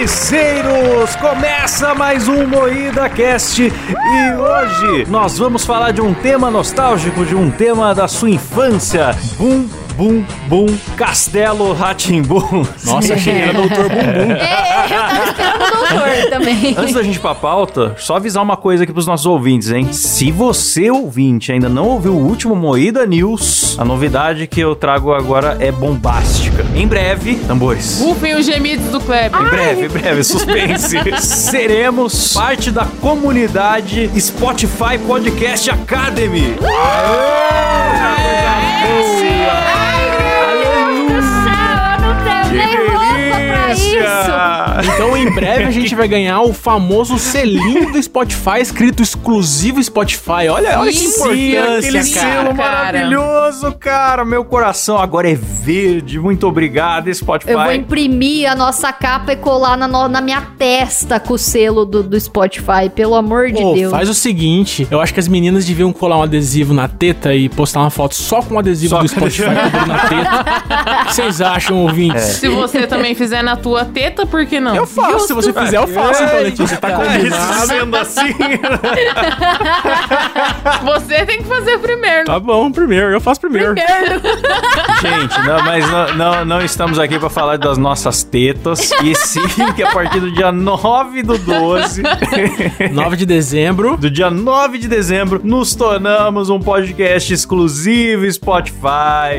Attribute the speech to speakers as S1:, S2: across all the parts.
S1: parceiros! Começa mais um Moída Cast e hoje nós vamos falar de um tema nostálgico, de um tema da sua infância. Bum, bum, bum, Castelo Ratimbum.
S2: Nossa, achei que era doutor bumbum.
S3: É, eu tava esperando o doutor também.
S1: Antes da gente ir pra pauta, só avisar uma coisa aqui pros nossos ouvintes, hein? Se você, ouvinte, ainda não ouviu o último Moída News, a novidade que eu trago agora é bombástica. Em breve, tambores.
S4: Rufem os gemidos do Kleber.
S1: Em breve, em breve, suspense. Seremos parte da comunidade Spotify Podcast Academy.
S3: Meu Deus do céu, eu não tenho nem roupa pra isso.
S2: Então em breve a gente vai ganhar o famoso selinho do Spotify, escrito exclusivo Spotify. Olha, olha que
S4: Sim,
S1: Aquele
S2: importância, cara.
S1: selo
S4: cara.
S1: maravilhoso, cara. Meu coração agora é verde. Muito obrigado, Spotify.
S3: Eu vou imprimir a nossa capa e colar na, no- na minha testa com o selo do, do Spotify, pelo amor de
S2: Pô,
S3: Deus.
S2: faz o seguinte, eu acho que as meninas deviam colar um adesivo na teta e postar uma foto só com o adesivo É.
S1: Só
S2: do
S1: com-
S2: Spotify cobrindo na teta. O que vocês acham, ouvintes?
S4: Se você também fizer na tua teta, por que não?
S2: Eu faço, se você fizer, eu faço, então, Letícia, tá
S1: É, Isso
S2: combinado.
S1: sendo assim.
S4: Você tem que fazer primeiro.
S2: Tá bom, primeiro, eu faço primeiro.
S1: Gente, não, mas não, não- não estamos aqui para falar das nossas tetas. E sim, que a partir do dia 9 do 12
S2: 9 de dezembro.
S1: do dia 9 de dezembro, nos tornamos um podcast exclusivo Spotify.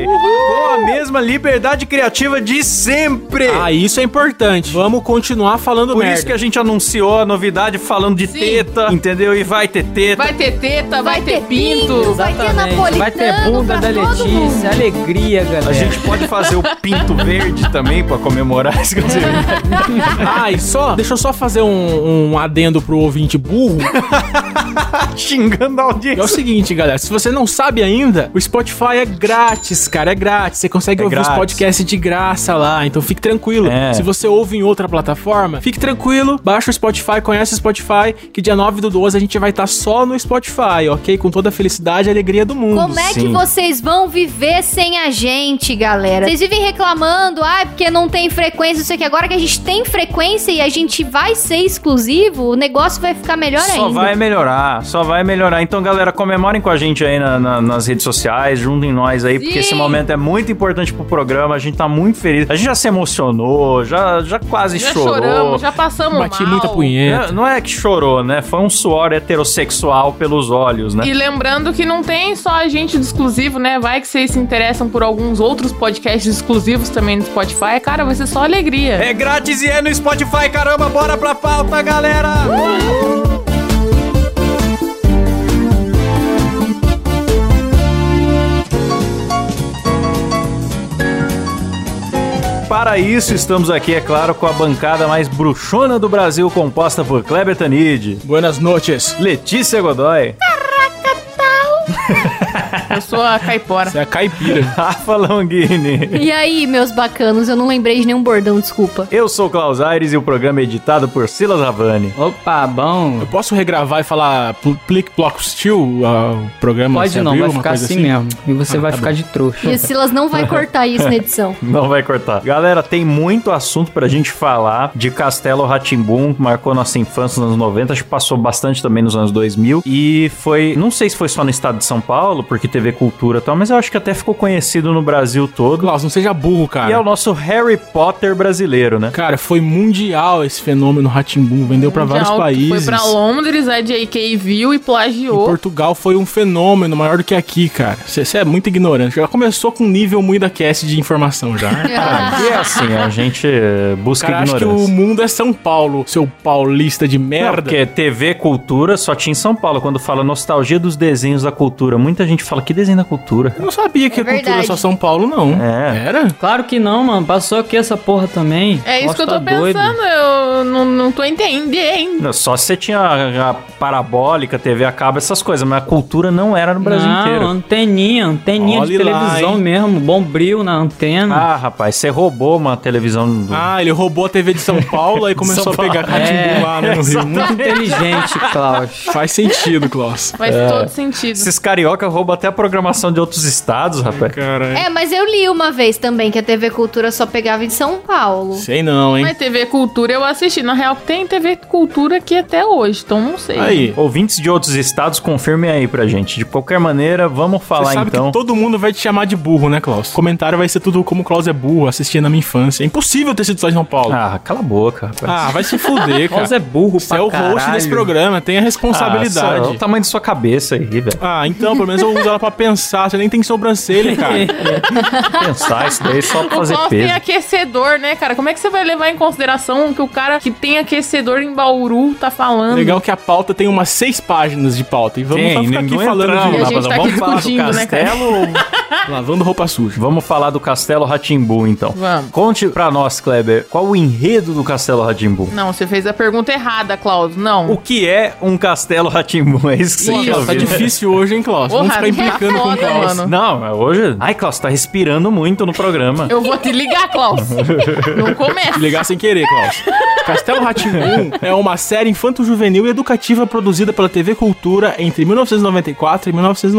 S1: Com a mesma liberdade criativa de sempre.
S2: Ah, isso é importante. Vamos continuar falando
S1: Por
S2: merda.
S1: isso que a gente anunciou a novidade falando de
S4: Sim.
S1: teta, entendeu? E vai ter teta.
S4: Vai ter teta, vai, ter pinto.
S3: vai ter
S5: Exatamente.
S3: napolitano
S5: Vai ter bunda
S3: tá pra
S5: da
S3: todo mundo.
S5: Letícia. Alegria, galera.
S1: A gente pode fazer o pinto verde também pra comemorar esse cancelamento.
S2: Ah, e só, deixa eu só fazer um, um adendo pro ouvinte burro.
S1: Xingando a
S2: É o
S1: audiência.
S2: seguinte, galera, se você não sabe ainda, o Spotify é grátis, cara, é grátis. Você consegue
S1: É
S2: ouvir
S1: grátis.
S2: os podcasts de graça lá, então fique tranquilo.
S1: É.
S2: Se você ouve em outra plataforma, fique tranquilo, baixa o Spotify, conhece o Spotify, que dia 9 do 12 a gente vai estar só no Spotify, ok? Com toda a felicidade e alegria do mundo.
S3: Como é que
S1: Sim.
S3: vocês vão viver sem a gente, galera? Vocês vivem reclamando, ah, porque não tem frequência, não sei o que. Agora que a gente tem frequência e a gente vai ser exclusivo, o negócio vai ficar melhor
S1: Só
S3: ainda.
S1: vai melhorar, só vai melhorar. Então, galera, comemorem com a gente aí na- na- nas redes sociais, juntem nós aí, porque
S4: Sim.
S1: esse momento é muito importante pro programa. A gente tá muito feliz. A gente já se emocionou, já, já quase
S4: Já
S1: chorou.
S4: choramos, já passamos
S2: Bati
S4: mal.
S2: muita punheta.
S1: Não- Não é que chorou, né? Foi um suor heterossexual pelos olhos, né?
S4: E lembrando que não tem só a gente do exclusivo, né? Vai que vocês se interessam por alguns outros podcasts exclusivos também no Spotify. Cara, vai ser só alegria.
S1: É grátis e é no Spotify, caramba, bora pra pauta, galera! Para isso, estamos aqui, é claro, com a bancada mais bruxona do Brasil, composta por Kleber Tanid,
S2: Buenas noches.
S1: Letícia Godoy,
S4: Eu sou a caipora.
S2: Você é a caipira.
S1: Rafa Longini.
S3: E aí, meus bacanos, eu não lembrei de nenhum bordão, desculpa.
S1: Eu sou o Klaus Aires e o programa é editado por Silas Ravani.
S5: Opa, bom.
S2: Eu posso regravar e falar pl- Plic Plock Steel, ah, o programa?
S5: Pode
S2: se
S5: não,
S2: abriu,
S5: vai
S2: uma
S5: ficar
S2: coisa
S5: assim, mesmo. E você vai ficar de trouxa.
S3: E o Silas não vai cortar isso na edição.
S1: Não vai cortar. Galera, tem muito assunto pra gente falar de Castelo Ratimbum, marcou nossa infância nos anos 90, acho que passou bastante também nos anos 2000 e foi, não sei se foi só no estado de São Paulo, porque TV Cultura e tal, mas eu acho que até ficou conhecido no Brasil todo.
S2: Klaus, não seja burro, cara.
S1: E é o nosso Harry Potter brasileiro, né?
S2: Cara, foi mundial esse fenômeno Ratimbum, vendeu pra vários
S4: Já o que
S2: países.
S4: Foi pra Londres, é a J.K. viu e
S2: Em
S4: plagiou.
S2: Portugal foi um fenômeno maior do que aqui, cara. Você é muito ignorante. Já começou com um nível muito da cast de informação já.
S1: Ah, e é assim, a gente eh, busca
S2: cara, acho que o
S1: ignorância.
S2: mundo é São Paulo, seu paulista de
S1: Não,
S2: merda.
S1: porque TV Cultura só tinha em São Paulo. Quando fala nostalgia dos desenhos da cultura, muita gente fala que desenho da cultura.
S2: Eu não sabia que
S3: É
S2: a cultura é
S3: verdade.
S2: só São Paulo, não.
S1: É.
S2: Era?
S5: Claro que não, mano. Passou aqui essa porra também.
S4: É isso
S5: Nossa,
S4: que eu
S5: tá
S4: tô
S5: doido.
S4: pensando, eu não, não tô entendendo.
S1: Não, só se você tinha a, a parabólica, TV a cabo, essas coisas, mas a cultura não era no Brasil
S5: não,
S1: inteiro.
S5: anteninha, anteninha
S2: Olhe
S5: de
S2: lá,
S5: televisão
S2: hein.
S5: mesmo, bombril na antena.
S1: Ah, rapaz, você roubou uma televisão do.
S2: Ah, ele roubou a TV de São Paulo e começou
S1: São
S2: a pegar
S5: Paulo.
S2: Ratimbum
S5: É.
S2: lá né, no Rio.
S5: Muito inteligente, Klaus.
S2: Faz sentido, Klaus.
S4: Faz todo sentido.
S1: Esses carioca roubam até a programação de outros estados, rapaz.
S2: Cara,
S3: É, mas eu li uma vez também que a TV Cultura só pegava em São Paulo.
S2: Sei não, hein?
S4: Mas TV Cultura eu assisti. Na real, tem TV Cultura aqui até hoje, então não sei.
S2: Aí.
S1: Ouvintes de outros estados, confirmem aí pra gente. De qualquer maneira, vamos
S2: Você
S1: falar
S2: sabe
S1: então.
S2: que todo mundo vai te chamar de burro, né, Klaus? O comentário vai ser tudo como o Klaus é burro, assistia na minha infância. É impossível ter sido só de São Paulo.
S1: Ah, cala a boca, rapaz.
S2: Ah, vai se fuder, cara.
S5: Klaus é burro
S2: Você
S5: pra
S2: é o host
S5: caralho.
S2: desse programa, tem a
S1: Ah, só-
S2: responsabilidade.
S1: olha o tamanho da sua cabeça aí, velho.
S2: Ah, então, pelo menos eu uso ela pra pensar. Você nem tem sobrancelha, cara.
S1: Pensar isso daí é só pra
S4: O
S1: fazer
S4: Klaus tem
S1: peso.
S4: aquecedor, né, cara? Como é que você vai levar em consideração o que o cara que tem aquecedor em Bauru tá falando?
S2: Legal que a pauta tem umas seis páginas de pauta. E vamos
S1: Tem,
S2: só ficar aqui
S1: ninguém né?
S2: falando
S1: entrava
S2: de
S4: lá, E a gente tá
S1: vamos
S4: aqui
S1: falar do
S4: discutindo, né, cara?
S1: castelo.
S2: lavando roupa suja.
S1: vamos falar do Castelo Ratimbu, então.
S4: Vamos.
S1: Conte pra nós, Kleber, qual o enredo do Castelo Ratimbu?
S4: Não, você fez a pergunta errada, Klaus. Não.
S1: O que é um Castelo Ratimbu? É isso que você
S4: Isso,
S1: quer
S2: Klaus, tá
S1: ouvir, né?
S2: difícil né? hoje, hein, Klaus?
S4: Porra,
S2: Vamos ficar implicando com o
S4: foda,
S2: Klaus.
S4: mano.
S1: Não, mas hoje. Ai, Klaus, tá respirando muito no programa.
S4: Eu vou te ligar, Klaus. não começa.
S2: Ligar sem querer, Klaus. Castelo Ratimbun é uma série infanto-juvenil e educativa produzida pela TV Cultura entre 1994 e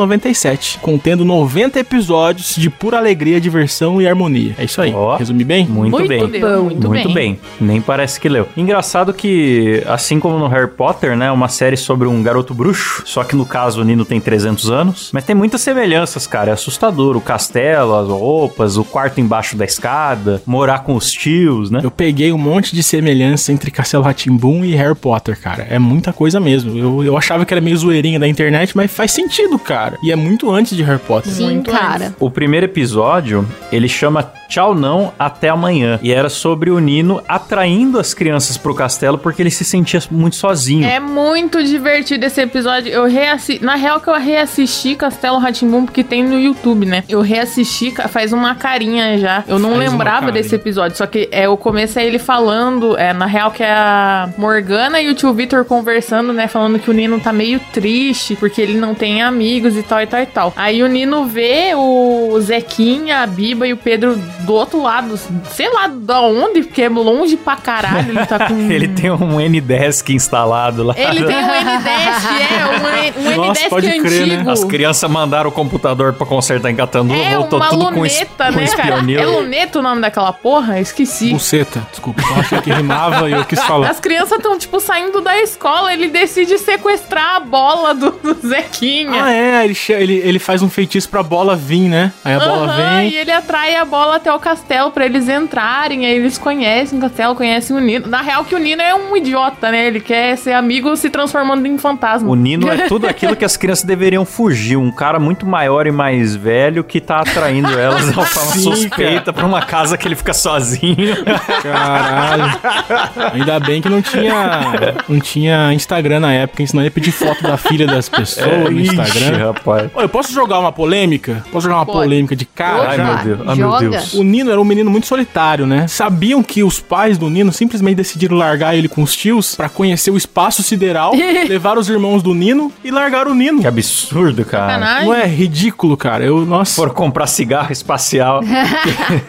S2: 1997, contendo 90 episódios de pura alegria, diversão e harmonia. É isso aí.
S1: Ó.
S2: Resumi bem?
S1: Muito, bem.
S4: Deus, muito, bem.
S1: Nem parece que leu. Engraçado que, assim como no Harry Potter, né? é Uma série sobre um garoto bruxo. Só que no caso o Nino tem 300 anos. Mas tem muitas semelhanças, cara. É assustador. O castelo, as roupas, o quarto embaixo da escada, morar com os tios, né?
S2: Eu peguei um monte de semelhança entre Castelo Ratimbun e Harry Potter, cara. É muita coisa mesmo. Eu, eu achava que era meio zoeirinha da internet, mas faz sentido, cara. E é muito antes de Harry Potter.
S3: Sim,
S4: Muito
S3: cara.
S1: O primeiro episódio, ele chama Tchau Não Até Amanhã. E era sobre o Nino atraindo as crianças pro castelo porque ele se sentia muito sozinho.
S4: É muito divertido esse episódio. Eu reassi... Na real que eu reassisti Castelo Ratimbum porque tem no YouTube, né? Eu reassisti ca- faz uma carinha já. Eu não
S2: Faz uma
S4: lembrava
S2: carinha.
S4: desse episódio, só que é o começo é ele falando, é na real que é a Morgana e o tio Vitor conversando, né, falando que o Nino tá meio triste porque ele não tem amigos e tal e tal e tal. Aí o Nino vê o Zequinha, a Biba e o Pedro do outro lado, sei lá da onde, porque é longe pra caralho, ele tá com
S1: Ele tem um N10 instalado lá.
S4: ele tem um N10, é, um, N- um
S2: Nossa,
S4: N10
S2: pode
S4: que é
S2: crer, né?
S4: antigo.
S1: As crianças mandaram o computador pra consertar em Catanduva,
S4: é
S1: voltou
S4: uma
S1: tudo com, es
S4: luneta,
S1: com
S4: né, cara?
S1: espionil.
S4: É luneta o nome daquela porra? Esqueci.
S2: Buceta, desculpa. Eu achei que rimava e eu quis falar.
S4: As crianças estão, tipo, saindo da escola. Ele decide sequestrar a bola do, do Zequinha.
S2: Ah, é, ele, che- ele, ele faz um feitiço pra bola vir, né? Aí a bola
S4: Aham,
S2: vem.
S4: E ele atrai a bola até o castelo pra eles entrarem. Aí eles conhecem o castelo, conhecem o Nino. Na real, que o Nino é um idiota, né? Ele quer ser amigo se transformando em fantasma.
S1: O Nino é tudo aquilo que as crianças deveriam fugir. Um cara muito maior e mais velho que tá atraindo elas de uma forma
S2: Sim,
S1: suspeita pra uma casa que ele fica sozinho.
S2: Caralho. Ainda bem que não tinha, não tinha Instagram na época, senão ia pedir foto da filha das pessoas no
S1: É, Ixi,
S2: Instagram.
S1: rapaz.
S2: Ô, eu posso jogar uma polêmica? Posso jogar uma
S4: Pode.
S2: polêmica de cara?
S1: Ai,
S2: já?
S1: meu Deus. Ai, meu
S3: Joga.
S1: Deus.
S2: O Nino era um menino muito solitário, né? Sabiam que os pais do Nino simplesmente decidiram largar ele com os tios pra conhecer o espaço sideral, levaram os irmãos do Nino e largaram o Nino.
S1: Que absurdo, cara.
S4: Sacanagem.
S2: Não é ridículo, cara? Eu, nossa.
S1: Foram comprar cigarro espacial.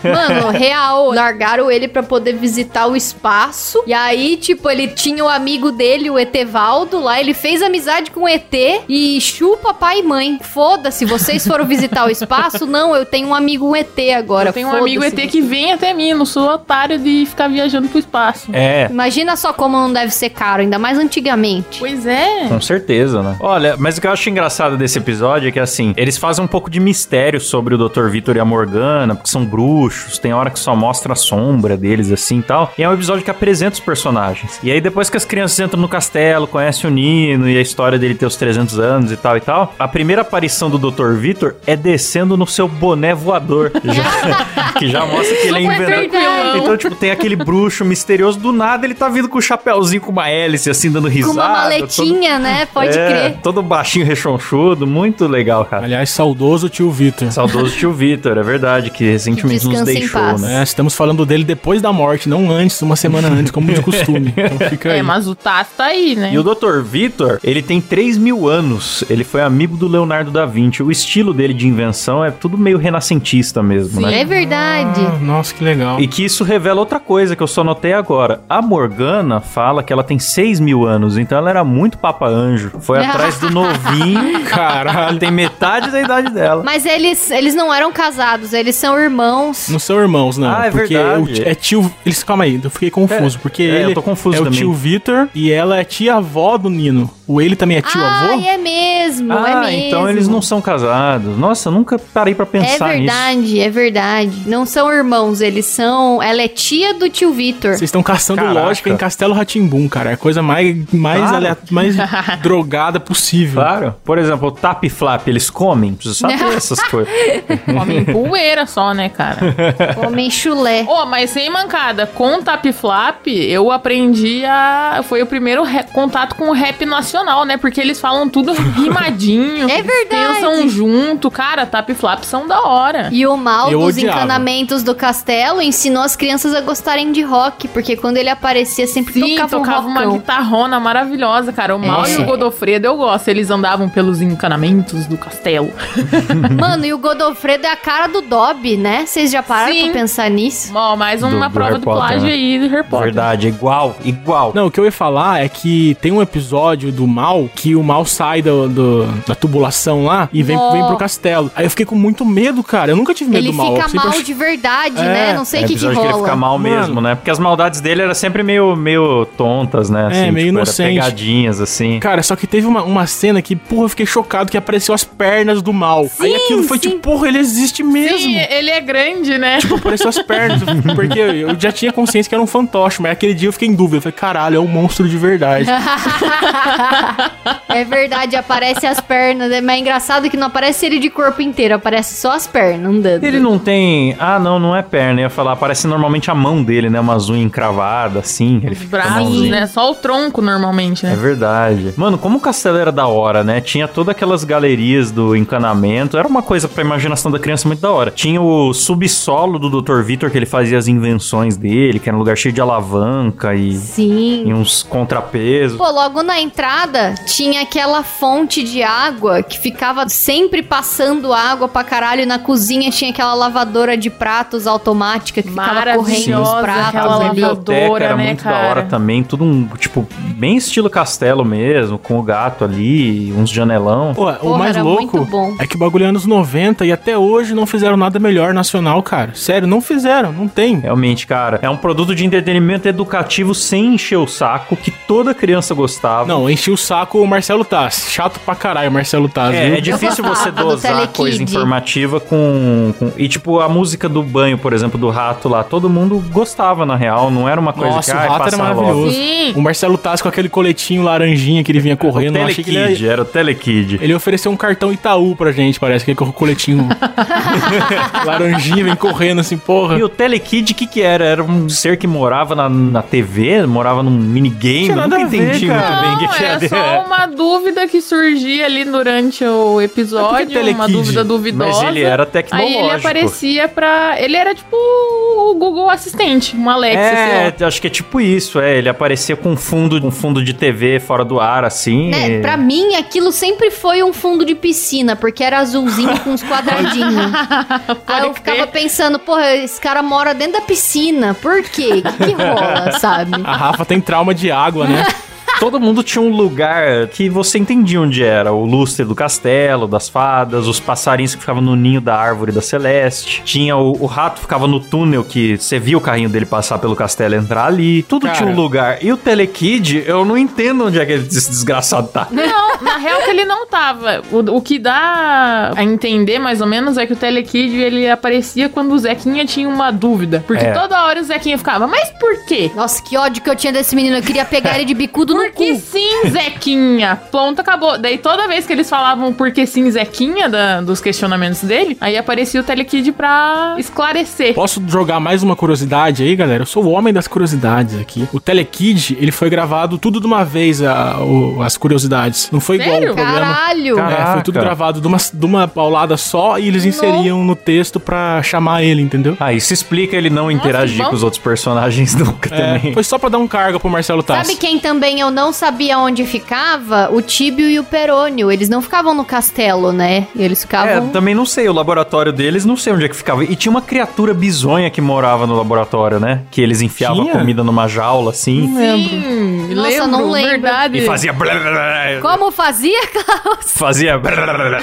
S3: Mano, real, largaram ele pra poder visitar o espaço. E aí, tipo, ele tinha o amigo dele, o Etevaldo, lá. Ele fez amizade com o ET e chupa pai e mãe. Foda-se, vocês foram visitar o espaço? Não, eu tenho um amigo um ET agora.
S4: Eu tenho um
S3: foda-se né?
S4: amigo ET que vem até mim, não sou otário de ficar viajando pro espaço.
S1: É,
S3: Imagina só como não deve ser caro, ainda mais antigamente.
S4: Pois é.
S1: Com certeza, né? Olha, mas o que eu acho engraçado desse episódio é que, assim, eles fazem um pouco de mistério sobre o Dr. Vitor e a Morgana, porque são bruxos, tem hora que só mostra a sombra deles, assim e tal. E é um episódio que apresenta os personagens. E aí, depois que as crianças entram no castelo, conhecem o Nino e a história dele ter os 300 anos e tal e tal, a primeira aparição do Dr. Vitor é descendo no seu boné voador, já- que já mostra que ele é
S4: Super
S1: envenenado.
S4: tranquilão.
S1: Então, tipo, tem aquele bruxo misterioso, do nada ele tá vindo com o chapéuzinho com uma hélice, assim, dando
S3: Com
S1: risada.
S3: uma
S1: todo-
S3: maletinha, né? Pode
S1: é,
S3: crer.
S1: Todo baixinho rechonchudo, muito legal, cara.
S2: Aliás, saudoso tio Vitor.
S1: Saudoso tio Vitor, é verdade, que recentemente nos
S3: descanse em
S1: deixou,
S3: paz.
S1: né?
S2: É, estamos falando dele depois da morte, não antes, uma semana antes, como de costume. Então fica aí.
S4: É, mas o Taz tá aí,
S3: É.
S4: né?
S1: E o Dr. Vitor, ele tem 3 mil anos. Ele foi amigo do Leonardo da Vinci. O estilo dele de invenção é tudo meio renascentista mesmo,
S4: Sim.
S1: né?
S3: É verdade.
S2: Ah, nossa, que legal.
S1: E que isso revela outra coisa que eu só notei agora. A Morgana fala que ela tem 6 mil anos, então ela era muito papa anjo. Foi atrás do novinho.
S2: Caralho.
S1: Tem metade da idade dela.
S3: Mas eles, eles não eram casados, eles são irmãos.
S2: Não são irmãos, não.
S1: Ah, é
S2: porque
S1: verdade.
S2: o ti- é tio. Eles, calma aí, eu fiquei confuso. porque
S1: é,
S2: ele
S1: eu tô confuso
S2: é o
S1: também.
S2: tio Vitor e ela é tia-avó do Nino. O ele também é tio-avô?
S3: ah, é mesmo, é
S1: Ah,
S3: mesmo.
S1: então eles não são casados. Nossa, eu nunca parei pra
S3: É
S1: pensar nisso.
S3: verdade, é verdade. Não são irmãos, eles são. Ela é tia do tio Vitor.
S2: Vocês estão caçando
S1: Caraca.
S2: lógica em Castelo Ratimbum, cara. É a coisa mais, mais,
S1: Claro.
S2: alea- mais drogada possível.
S1: Claro. Por exemplo, o tap e flap, eles comem? Preciso saber essas coisas.
S4: Homem poeira só, né, cara?
S3: Homem chulé.
S4: Ô, mas sem mancada, com o Tap Flap, eu aprendi a. Foi o primeiro re- contato com o rap nacional, né? Porque eles falam tudo rimadinho.
S3: É
S4: eles
S3: verdade.
S4: Pensam junto. Cara, Tap Flap são da hora.
S3: E o mal
S2: Eu
S3: dos
S2: odiava.
S3: encanamentos do castelo ensinou as crianças a gostarem de rock, porque quando ele aparecia sempre
S4: Sim,
S3: tocava,
S4: tocava,
S3: um
S4: uma
S3: rockão.
S4: guitarrona maravilhosa, cara. O Mal e
S3: É.
S4: o Godofredo eu gosto. Eles andavam pelos encanamentos do castelo.
S3: Mano, e o Godofredo é a cara do Dobby, né? Vocês já pararam
S4: Sim.
S3: pra pensar nisso?
S4: Ó, mais
S1: Do-
S4: uma
S1: do
S4: prova
S1: Harry
S4: do
S1: Potter,
S4: plágio
S1: né?
S4: aí do Harry Potter.
S1: Verdade, igual, igual.
S2: Não, o que eu ia falar é que tem um episódio do Mal que o Mal sai do, do- da tubulação lá e vem,
S3: Ó.
S2: vem pro castelo. Aí eu fiquei com muito medo, cara. Eu nunca tive medo
S3: ele
S2: do Mal.
S3: fica
S2: eu sempre
S3: mal
S2: achei-
S3: de verdade,
S2: É,
S3: né? Não sei
S1: É
S3: o que que
S1: episódio que ele
S3: rola.
S1: fica mal
S2: Mano.
S1: mesmo, né? Porque as maldades dele eram sempre meio, meio tontas, né?
S2: É, meio
S1: era
S2: inocente.
S1: pegadinhas, assim.
S2: Cara, só que teve uma, uma cena que, porra, eu fiquei chocado que apareceu as pernas do Mal. Aí aquilo foi
S3: sim.
S2: tipo, porra, ele existe mesmo.
S4: Sim, ele é grande, né?
S2: Tipo, apareceu as pernas, porque eu eu já tinha consciência que era um fantoche, mas aquele dia eu fiquei em dúvida. Eu falei, caralho, é um monstro de verdade.
S3: é verdade, aparece as pernas. né? Mas é engraçado que não aparece ele de corpo inteiro, aparece só as pernas andando.
S1: Ele não tem. Ah, não, não é perna. Eu ia falar, parece normalmente a mão dele, né? Umas unhas encravadas, assim. Ele
S4: Os
S1: fica com a
S4: braços,
S1: mãozinha.
S4: né? Só o tronco normalmente,
S1: É
S4: né?
S1: verdade. Mano, como o castelo era da hora, né? Tinha todas aquelas galerias do encanamento. Era uma coisa pra imaginação da criança muito da hora. Tinha o subsolo do Dr. Vitor, que ele fazia as invenções dele, que era um lugar cheio de alavanca e,
S3: Sim.
S1: e uns contrapesos.
S3: Pô, logo na entrada tinha aquela fonte de água que ficava sempre passando água pra caralho. E Na cozinha tinha aquela lavadora de pratos automática que ficava correndo os
S4: Maravilhosa,
S3: pratos
S4: aquela
S1: A
S3: ali.
S4: lavadora.
S1: biblioteca era
S4: né,
S1: muito
S4: cara?
S1: da hora também, tudo um, tipo, bem estilo castelo mesmo, com o gato ali, uns janelão.
S2: Pô, o
S3: Porra,
S2: mais
S3: era
S2: louco
S3: muito bom.
S2: é que o bagulho é anos 90 e até hoje não fizeram nada melhor nacional, cara. Sério, não fizeram, não tem.
S1: Realmente, cara, é um produto de entretenimento educativo sem encher o saco, que toda criança gostava.
S2: Não, enchi o saco o Marcelo Taz. Chato pra caralho, Marcelo Taz,
S1: É,
S2: viu?
S1: é difícil você
S3: Do
S1: dosar
S3: Telekid.
S1: coisa informativa com, com- E, tipo, a música do banho, por exemplo, do rato lá, todo mundo gostava, na real. Não era uma coisa
S2: Nossa,
S1: que
S2: o
S1: ah,
S2: rato
S1: passa
S2: era maravilhoso.
S4: Sim.
S2: O Marcelo Taz com aquele coletinho laranjinha que ele vinha
S1: logo. É O
S2: correndo. eu achei que
S1: Telekid,
S2: ele, ia-
S1: era o Telekid.
S2: ele ofereceu um cartão Itaú pra gente, parece, que é com o coletinho laranjinha, vem correndo assim, porra.
S1: E o Telekid, o que que era? Era um ser que morava na, na TV, morava num minigame?
S2: Tinha
S1: Eu
S2: nada
S1: nunca
S2: a ver,
S1: entendi
S2: cara.
S1: muito bem o que
S4: Não,
S1: que é
S4: era
S1: era.
S4: só uma dúvida que surgia ali durante o
S2: Mas por que
S4: episódio, uma
S2: Telekid?
S4: dúvida duvidosa.
S1: Mas ele era
S4: um Aí
S1: tecnológico.
S4: ele aparecia pra. Ele era tipo o Google Assistente, um Alexa, sei lá.
S1: É, acho que é tipo isso, é. Ele aparecia com fundo, um fundo de TV fora do ar, assim.
S3: Né?
S2: é.
S1: e-
S3: Pra mim, aquilo sempre foi um fundo de piscina, porque era azulzinho com uns quadradinhos. Aí Ah, eu
S4: crer.
S3: ficava pensando, porra, esse cara mora dentro da piscina, por quê? O que, que rola, sabe?
S2: A Rafa tem trauma de água, né?
S1: Todo mundo tinha um lugar que você entendia onde era. O lustre do castelo, das fadas, os passarinhos que ficavam no ninho da árvore da Celeste. Tinha o, o rato que ficava no túnel que você via o carrinho dele passar pelo castelo e entrar ali. Tudo
S2: Cara.
S1: tinha um lugar. E o Telekid, eu não entendo onde é que ele- esse desgraçado tá.
S4: Não, na real que ele não tava. O, o que dá a entender, mais ou menos, é que o Telekid ele aparecia quando o Zequinha tinha uma dúvida. Porque
S1: É.
S4: toda hora o Zequinha ficava, mas por quê?
S3: Nossa, que ódio que eu tinha desse menino. Eu queria pegar ele de bicudo no
S4: Porque
S3: cu.
S4: sim, Zequinha. Pronto, acabou. Daí toda vez que eles falavam porque sim, Zequinha, da- dos questionamentos dele, aí aparecia o Telekid pra esclarecer.
S2: Posso jogar mais uma curiosidade aí, galera? Eu sou o homem das curiosidades aqui. O Telekid, ele foi gravado tudo de uma vez, a- o- as curiosidades. Não foi igual
S4: Sério?
S2: o programa.
S3: Caralho.
S1: Cara,
S2: É, foi tudo
S1: Caraca.
S2: gravado de uma, de uma paulada só e eles inseriam no texto pra chamar ele, entendeu?
S1: Ah, isso explica ele não interagir
S4: bom.
S1: com os outros personagens nunca
S2: É,
S1: também.
S2: foi só pra dar um cargo pro Marcelo Tassi.
S3: Sabe quem também eu não não sabia onde ficava o Tíbio e o Perônio. Eles não ficavam no castelo, né? Eles
S1: É,
S2: tá-
S3: ficavam.
S1: também não sei, o laboratório deles, não sei onde é que ficava. E tinha uma criatura bizonha que morava no laboratório, né? Que eles enfiavam
S2: Tinha?
S1: comida numa jaula, assim,
S4: Sim,
S3: Nossa,
S4: lembro,
S3: não lembro.
S4: verdade.
S1: e fazia... blá, blá, blá, blá,
S3: Como fazia, Klaus?
S1: Fazia... blá, blá, blá, blá.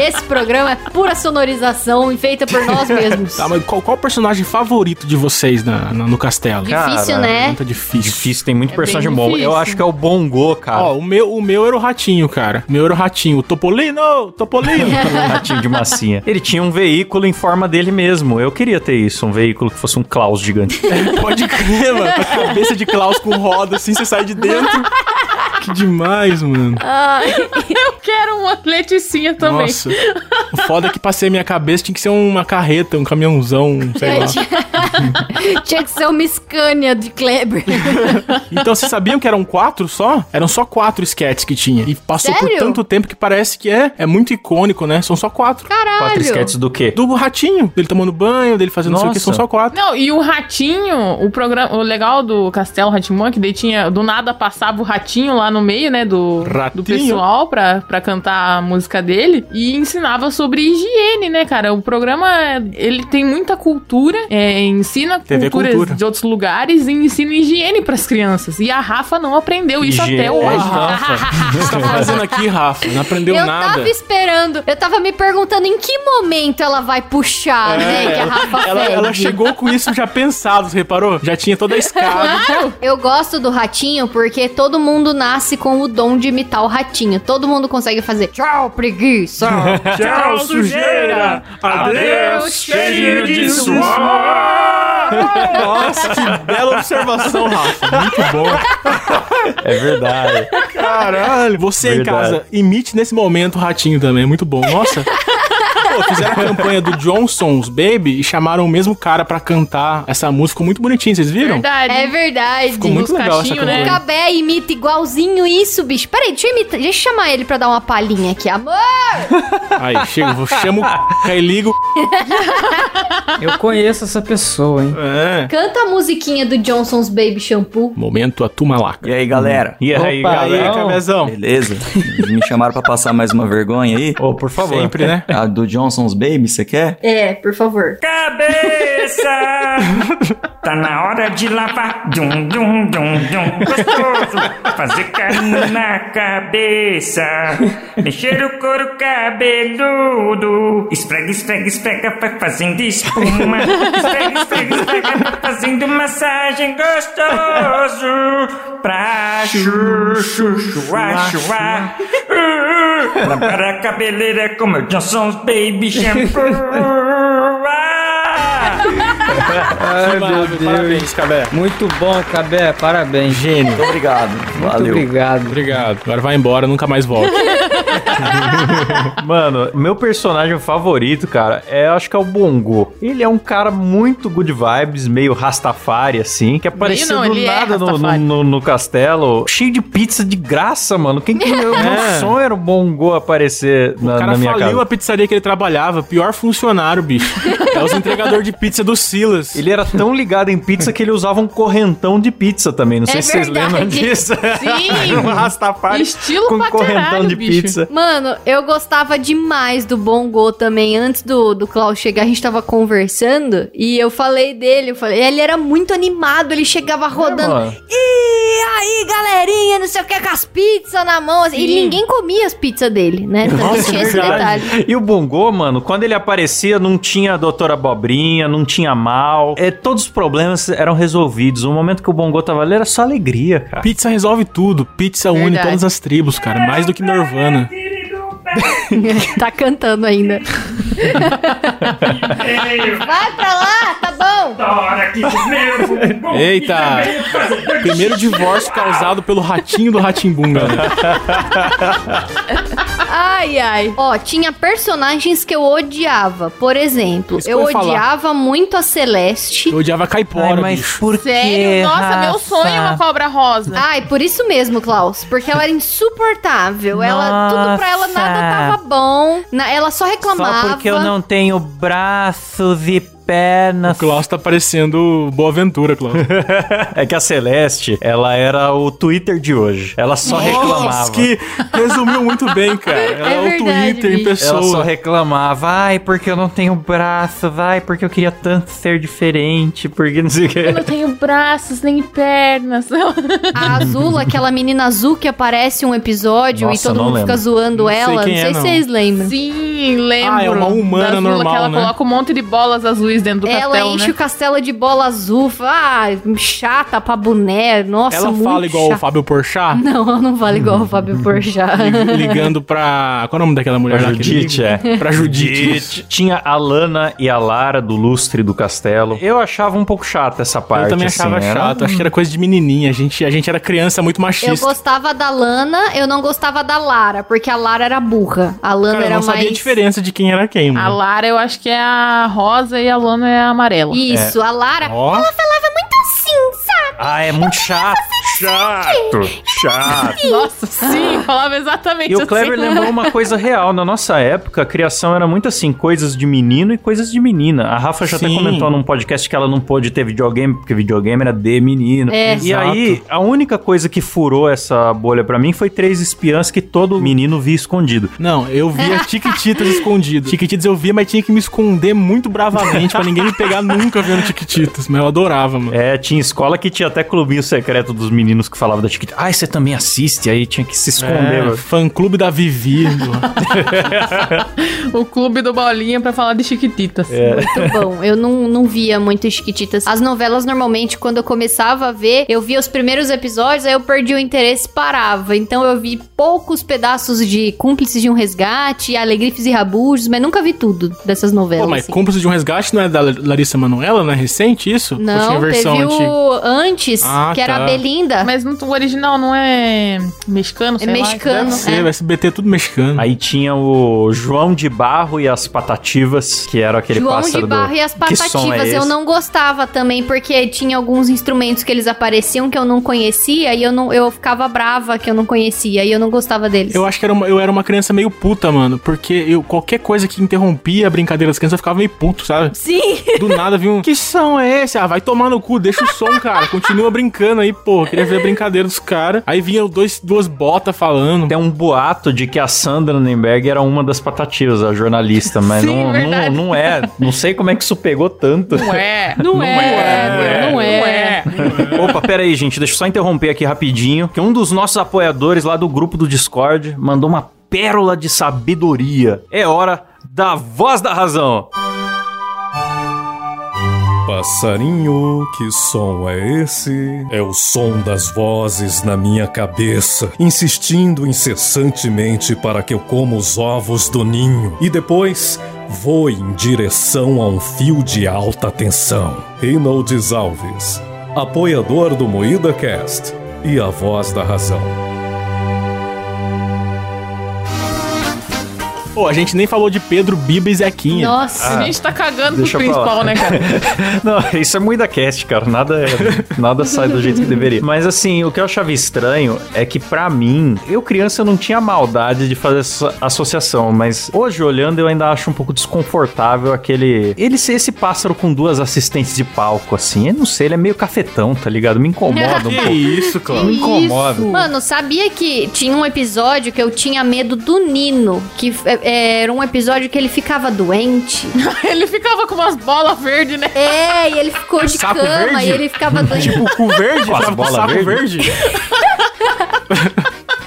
S3: Esse programa é pura sonorização feita por nós mesmos.
S2: Tá, mas qual, qual o personagem favorito de vocês na, na- no castelo?
S3: Difícil,
S1: cara,
S3: né?
S2: Pergunta difícil.
S1: Difícil, tem muito
S4: É
S1: personagem
S4: bem
S1: bom.
S4: difícil.
S1: Eu acho que é o Bongo, cara.
S2: Ó, o meu, o meu era o ratinho, cara. O meu era o ratinho. O Topolino! Topolino!
S1: Um ratinho de massinha. Ele tinha um veículo em forma dele mesmo. Eu queria ter isso, um veículo que fosse um Klaus gigante.
S2: Pode crer, mano. A cabeça de Klaus com roda assim, você sai de dentro. Que demais, mano.
S4: Eu quero uma leticinha também.
S2: Nossa. O foda é que passei a minha cabeça tinha que ser uma carreta, um caminhãozão, sei lá.
S3: Tinha que ser uma Scania de Kleber.
S2: Então vocês sabiam que eram quatro só? Eram só quatro sketches que tinha. E passou por
S3: Sério?
S2: tanto tempo que parece que é. É muito icônico, né? São só quatro.
S1: Quatro
S3: Caralho.
S1: esquetes do quê?
S2: Do ratinho, dele tomando banho, dele fazendo não sei o que,
S1: Nossa.
S2: são só quatro.
S4: Não, e o ratinho, o programa, o legal do Castelo Ratimão é que daí tinha, do nada passava o ratinho lá no meio, né, do,
S2: Ratinho.
S4: do pessoal pra, pra cantar a música dele e ensinava sobre higiene, né, cara? O programa, ele tem muita cultura, é, ensina
S2: TV
S4: culturas
S2: cultura.
S4: de outros lugares e ensina higiene pras crianças. E a Rafa não aprendeu isso
S1: Higiene. É, então,
S4: até hoje.
S1: Rafa.
S2: O que você tá fazendo aqui, Rafa? Não aprendeu
S3: eu
S2: nada.
S3: tava esperando. Eu tava me perguntando em que momento ela vai
S2: É.
S3: puxar, né? Que a Rafa
S2: Ela, ela
S3: fede.
S2: chegou com isso já pensado, você reparou? Já tinha toda a escada.
S3: Eu gosto do ratinho porque todo mundo nasce com o dom de imitar o ratinho. Todo mundo consegue fazer tchau, preguiça.
S2: Tchau, sujeira! Adeus, cheio de suor! Nossa, que bela observação, Rafa. Muito bom.
S1: É verdade.
S2: Caralho. Você em
S1: Verdade.
S2: casa, imite nesse momento o ratinho também. é Muito bom. Nossa. Pô, fizeram a campanha do Johnson's Baby e chamaram o mesmo cara pra cantar essa música. Ficou muito bonitinho, vocês viram?
S4: Verdade.
S3: é verdade.
S2: Ficou muito
S4: Os
S2: legal essa
S4: cachinhos,
S2: campanha.
S4: né?
S3: O Cabé imita igualzinho isso, bicho. Peraí, deixa eu, imitar, deixa eu chamar ele pra dar uma palhinha aqui. Amor!
S2: Aí, chega, vou- chamo o Caeligo.
S5: Eu conheço essa pessoa, hein?
S2: É.
S3: Canta a musiquinha do Johnson's Baby Shampoo.
S2: Momento a Tumalaca.
S6: E aí, galera?
S1: E aí,
S5: Opa,
S2: Aí,
S1: galera?
S5: Não.
S2: Cabezão.
S6: Uhum. Beleza? Me chamaram pra passar mais uma vergonha aí?
S1: Ô, por favor.
S2: Sempre, né?
S6: A do Johnson's Baby, você quer?
S3: É, por favor.
S7: Cabeça! Tá na hora de lavar. Dum, dum, dum, dum. Gostoso! Fazer carinho na cabeça. Mexer o couro cabeludo. Esfrega, esfrega, esfrega. Vai fazendo espuma. Esfrega, esfrega, esfrega. Vai fazendo massagem gostoso. Pra chuchu, chuá, chuá. Uh, Lavar a cabeleira como o Johnson's Baby Shampoo. Ah!
S5: Ai,
S2: Parabéns, parabéns, Cabé.
S5: Muito bom, Cabé. Parabéns. Gênio.
S6: Muito obrigado.
S5: Muito
S6: Valeu.
S5: obrigado.
S2: Obrigado. Agora vai embora, nunca mais volta.
S1: Mano, meu personagem favorito, cara, é acho que é o Bongo. Ele é um cara muito good vibes, meio Rastafari, assim, que apareceu
S4: não,
S1: do
S4: ele é
S1: nada no,
S4: Rastafari.
S1: no- no- no castelo, cheio de pizza de graça, mano. Quem que meu, meu sonho era o Bongo aparecer
S2: É. O
S1: na,
S2: cara
S1: na minha
S2: faliu
S1: casa?
S2: a pizzaria que ele trabalhava. Pior funcionário, bicho. É os entregador de pizza do Silas.
S1: Ele era tão ligado em pizza que ele usava um correntão de pizza também. Não sei
S3: É
S1: se vocês
S3: verdade.
S1: lembram disso.
S4: Sim.
S1: um Rastafari
S4: Estilo
S1: com
S4: pra
S1: correntão
S4: caralho,
S1: de
S4: bicho.
S1: pizza.
S3: Mano, eu gostava demais do Bongo também. Antes do, do Klaus chegar, a gente tava conversando e eu falei dele. Eu falei, ele era muito animado, ele
S2: É,
S3: chegava rodando.
S1: mano.
S3: e aí, galerinha, não sei o que, com as pizzas na mão. assim.
S4: Sim.
S3: E ninguém comia as pizzas dele, né? Então
S2: Nossa, é
S3: tinha esse
S2: verdade.
S3: detalhe.
S1: E o Bongo, mano, quando ele aparecia, não tinha a doutora Abobrinha, não tinha mal. É, todos os problemas eram resolvidos. O momento que o Bongo tava ali era só alegria, cara.
S2: Pizza resolve tudo. Pizza une
S4: Verdade.
S2: todas as tribos, cara. Mais do que Nirvana.
S3: tá cantando ainda. Vai pra lá, tá bom.
S7: Tora aqui do meu bumbum.
S2: Eita. Primeiro divórcio causado pelo ratinho do Ratimbum, galera.
S3: Ai, ai. Ó, tinha personagens que eu odiava. Por exemplo,
S2: Isso que
S3: eu,
S2: eu ia falar.
S3: odiava muito a Celeste.
S2: Eu odiava caipora, bicho.
S1: por
S4: Sério? Nossa, meu sonho é uma cobra rosa.
S3: Ai, por isso mesmo, Klaus. Porque ela era insuportável. Ela, tudo pra ela nada
S1: Nossa.
S3: tava bom. Na- ela só reclamava.
S1: tenho braços e pernas.
S2: Klaus tá parecendo Boa Ventura, Klaus.
S1: É que a Celeste, ela era o Twitter de hoje. Ela só reclamava.
S2: que resumiu muito bem, cara. Ela é,
S3: É
S2: o
S3: verdade,
S2: Twitter em
S3: bicho.
S1: Ela só
S2: pessoa.
S1: reclamava, ai, porque eu não tenho braço, vai, porque eu queria tanto ser diferente, porque não sei o
S4: Eu
S1: que.
S4: não tenho braços nem pernas.
S3: A Azula, aquela menina azul que aparece em um episódio
S1: Nossa,
S3: e todo
S1: não
S3: mundo
S1: lembro.
S3: fica zoando
S2: Não sei
S3: ela.
S2: quem
S3: não
S2: é,
S3: sei
S2: não.
S3: se vocês lembram.
S4: Sim, lembro.
S2: Ah, é uma humana
S4: da Zula,
S2: normal,
S4: que ela
S2: né?
S4: coloca um monte de bolas azuis dentro do
S3: Ela
S4: castelo,
S3: enche
S4: né?
S3: o castelo de bola azul. fala, Ah, chata pra boné. Nossa,
S2: Ela
S3: muito
S2: fala igual o
S3: chata.
S2: Fábio Porchat,
S3: Não, ela não fala igual o Fábio Porchat.
S2: li- ligando pra... Qual é o nome daquela mulher
S1: Pra
S2: lá que
S1: Judite,
S2: liga?
S1: é.
S2: Pra Judite.
S1: Tinha a Lana e a Lara do lustre do castelo. Eu achava um pouco chata essa parte.
S2: Eu também
S1: assim,
S2: achava
S1: era-
S2: chato, acho que era coisa de menininha. A gente, a gente era criança muito
S3: Eu
S2: machista.
S3: gostava da Lana, eu não gostava da Lara, porque a Lara era burra. A Lana
S2: Cara, eu
S3: era
S2: não
S3: mais.
S2: sabia a diferença de quem era quem,
S4: A
S2: mano.
S4: Lara eu acho que é a rosa e a Lana é a amarela.
S3: Isso, a Lara.
S2: Ó.
S3: Ela falava muito assim, sabe?
S1: Ah, é muito chato. Chato. Chato.
S4: Nossa, sim,
S3: Ah.
S4: falava exatamente
S1: E o
S4: assim.
S1: Kleber lembrou uma coisa real. Na nossa época, a criação era muito assim, coisas de menino e coisas de menina. A Rafa já até
S2: Sim.
S1: comentou num podcast que ela não pôde ter videogame, porque videogame era de menino.
S3: É.
S1: E
S2: Exato.
S1: aí, a única coisa que furou essa bolha pra mim foi Três Espiãs que todo menino via escondido.
S2: Não, eu via Tiquititas escondido. Tiquititas eu via, mas tinha que me esconder muito bravamente pra ninguém me pegar nunca vendo Tiquititas. Mas eu adorava, mano.
S1: É, tinha escola que tinha até clubinho secreto dos meninos que falavam da Chiquita. Ah, você também assiste? Aí tinha que se
S2: É,
S4: É.
S1: esconder. mano.
S2: fã clube da Vivi. mano.
S4: O clube do Bolinha pra falar de Chiquititas.
S3: Muito bom. Eu não, não via muito Chiquititas. As novelas, normalmente, quando eu começava a ver, eu via os primeiros episódios, aí eu perdi o interesse e parava. Então eu vi poucos pedaços de Cúmplices de um Resgate, Alegrifes e Rabujos, mas nunca vi tudo dessas novelas.
S2: Pô, mas
S3: assim.
S2: Cúmplice de um Resgate não é da Larissa Manoela, não é recente isso? Ou tinha
S3: Não, teve
S2: versão antiga.
S3: o antes,
S2: Ah,
S3: que era
S2: tá.
S3: a Belinda.
S4: Mas não- o original não é mexicano, sei
S3: É
S4: lá. né?
S3: mexicano.
S4: Deve ser.
S2: Sei,
S3: é.
S2: o SBT é tudo mexicano.
S1: Aí tinha o João de Barro e as Patativas, que era aquele
S3: João
S1: pássaro
S3: de Barro
S1: do...
S3: e as
S1: Que som é
S3: Patativas eu
S1: esse?
S3: não gostava também, porque tinha alguns instrumentos que eles apareciam que eu não conhecia e eu, não, eu ficava brava que eu não conhecia e eu não gostava deles.
S2: Eu acho que era uma- eu era uma criança meio puta, mano. Porque eu, qualquer coisa que interrompia a brincadeira das crianças, eu ficava meio puto, sabe?
S3: Sim,
S2: Do nada vi um. Que som é esse? Ah, vai tomar no cu, deixa o som, cara. Continua brincando aí, pô. Queria ver a brincadeira dos caras. Aí vinha dois, duas botas falando.
S1: Tem um boato de que a Sandra Nenberg era uma das Patativas, a jornalista, mas
S4: Sim,
S1: não, não,
S4: verdade.
S1: não é. Não sei como é que isso pegou tanto.
S4: Não é.
S3: Não
S4: Não
S3: é, não
S4: é.
S3: é.
S4: Não é.
S1: Opa, pera aí, gente. Deixa eu só interromper aqui rapidinho. Que um dos nossos apoiadores lá do grupo do Discord mandou uma pérola de sabedoria. É hora da voz da razão.
S8: Passarinho, que som é esse? É o som das vozes na minha cabeça, insistindo incessantemente para que eu coma os ovos do ninho e depois voe em direção a um fio de alta tensão. Reynolds Alves, apoiador do Moída Cast e a voz da razão.
S2: Pô, a gente nem falou de Pedro, Biba e Zequinha.
S4: A
S3: nossa.
S4: gente tá cagando
S1: Deixa
S4: pro
S1: eu
S4: principal,
S1: falar.
S4: né, cara?
S1: Não, isso é muito da cast, cara. Nada, é- nada sai do jeito que deveria. Mas assim, o que eu achava estranho é que pra mim, eu criança eu não tinha maldade de fazer essa associação, mas hoje olhando eu ainda acho um pouco desconfortável aquele ele ser esse pássaro com duas assistentes de palco assim. Eu não sei, ele é meio cafetão, tá ligado? Me incomoda um
S2: Que
S1: pouco.
S2: isso,
S1: Me
S2: Cláudio?
S1: incomoda.
S3: Mano, sabia que tinha um episódio que eu tinha medo do Nino, que é, era um episódio que ele ficava doente.
S4: Ele ficava com umas bolas verdes, né?
S3: É, e ele ficou de
S2: Saco
S3: cama
S2: verde?
S3: e ele ficava doente.
S1: Tipo
S2: O cu verde?
S1: Com as
S2: Tava com
S1: bolas
S2: saco
S1: verde?
S2: verde?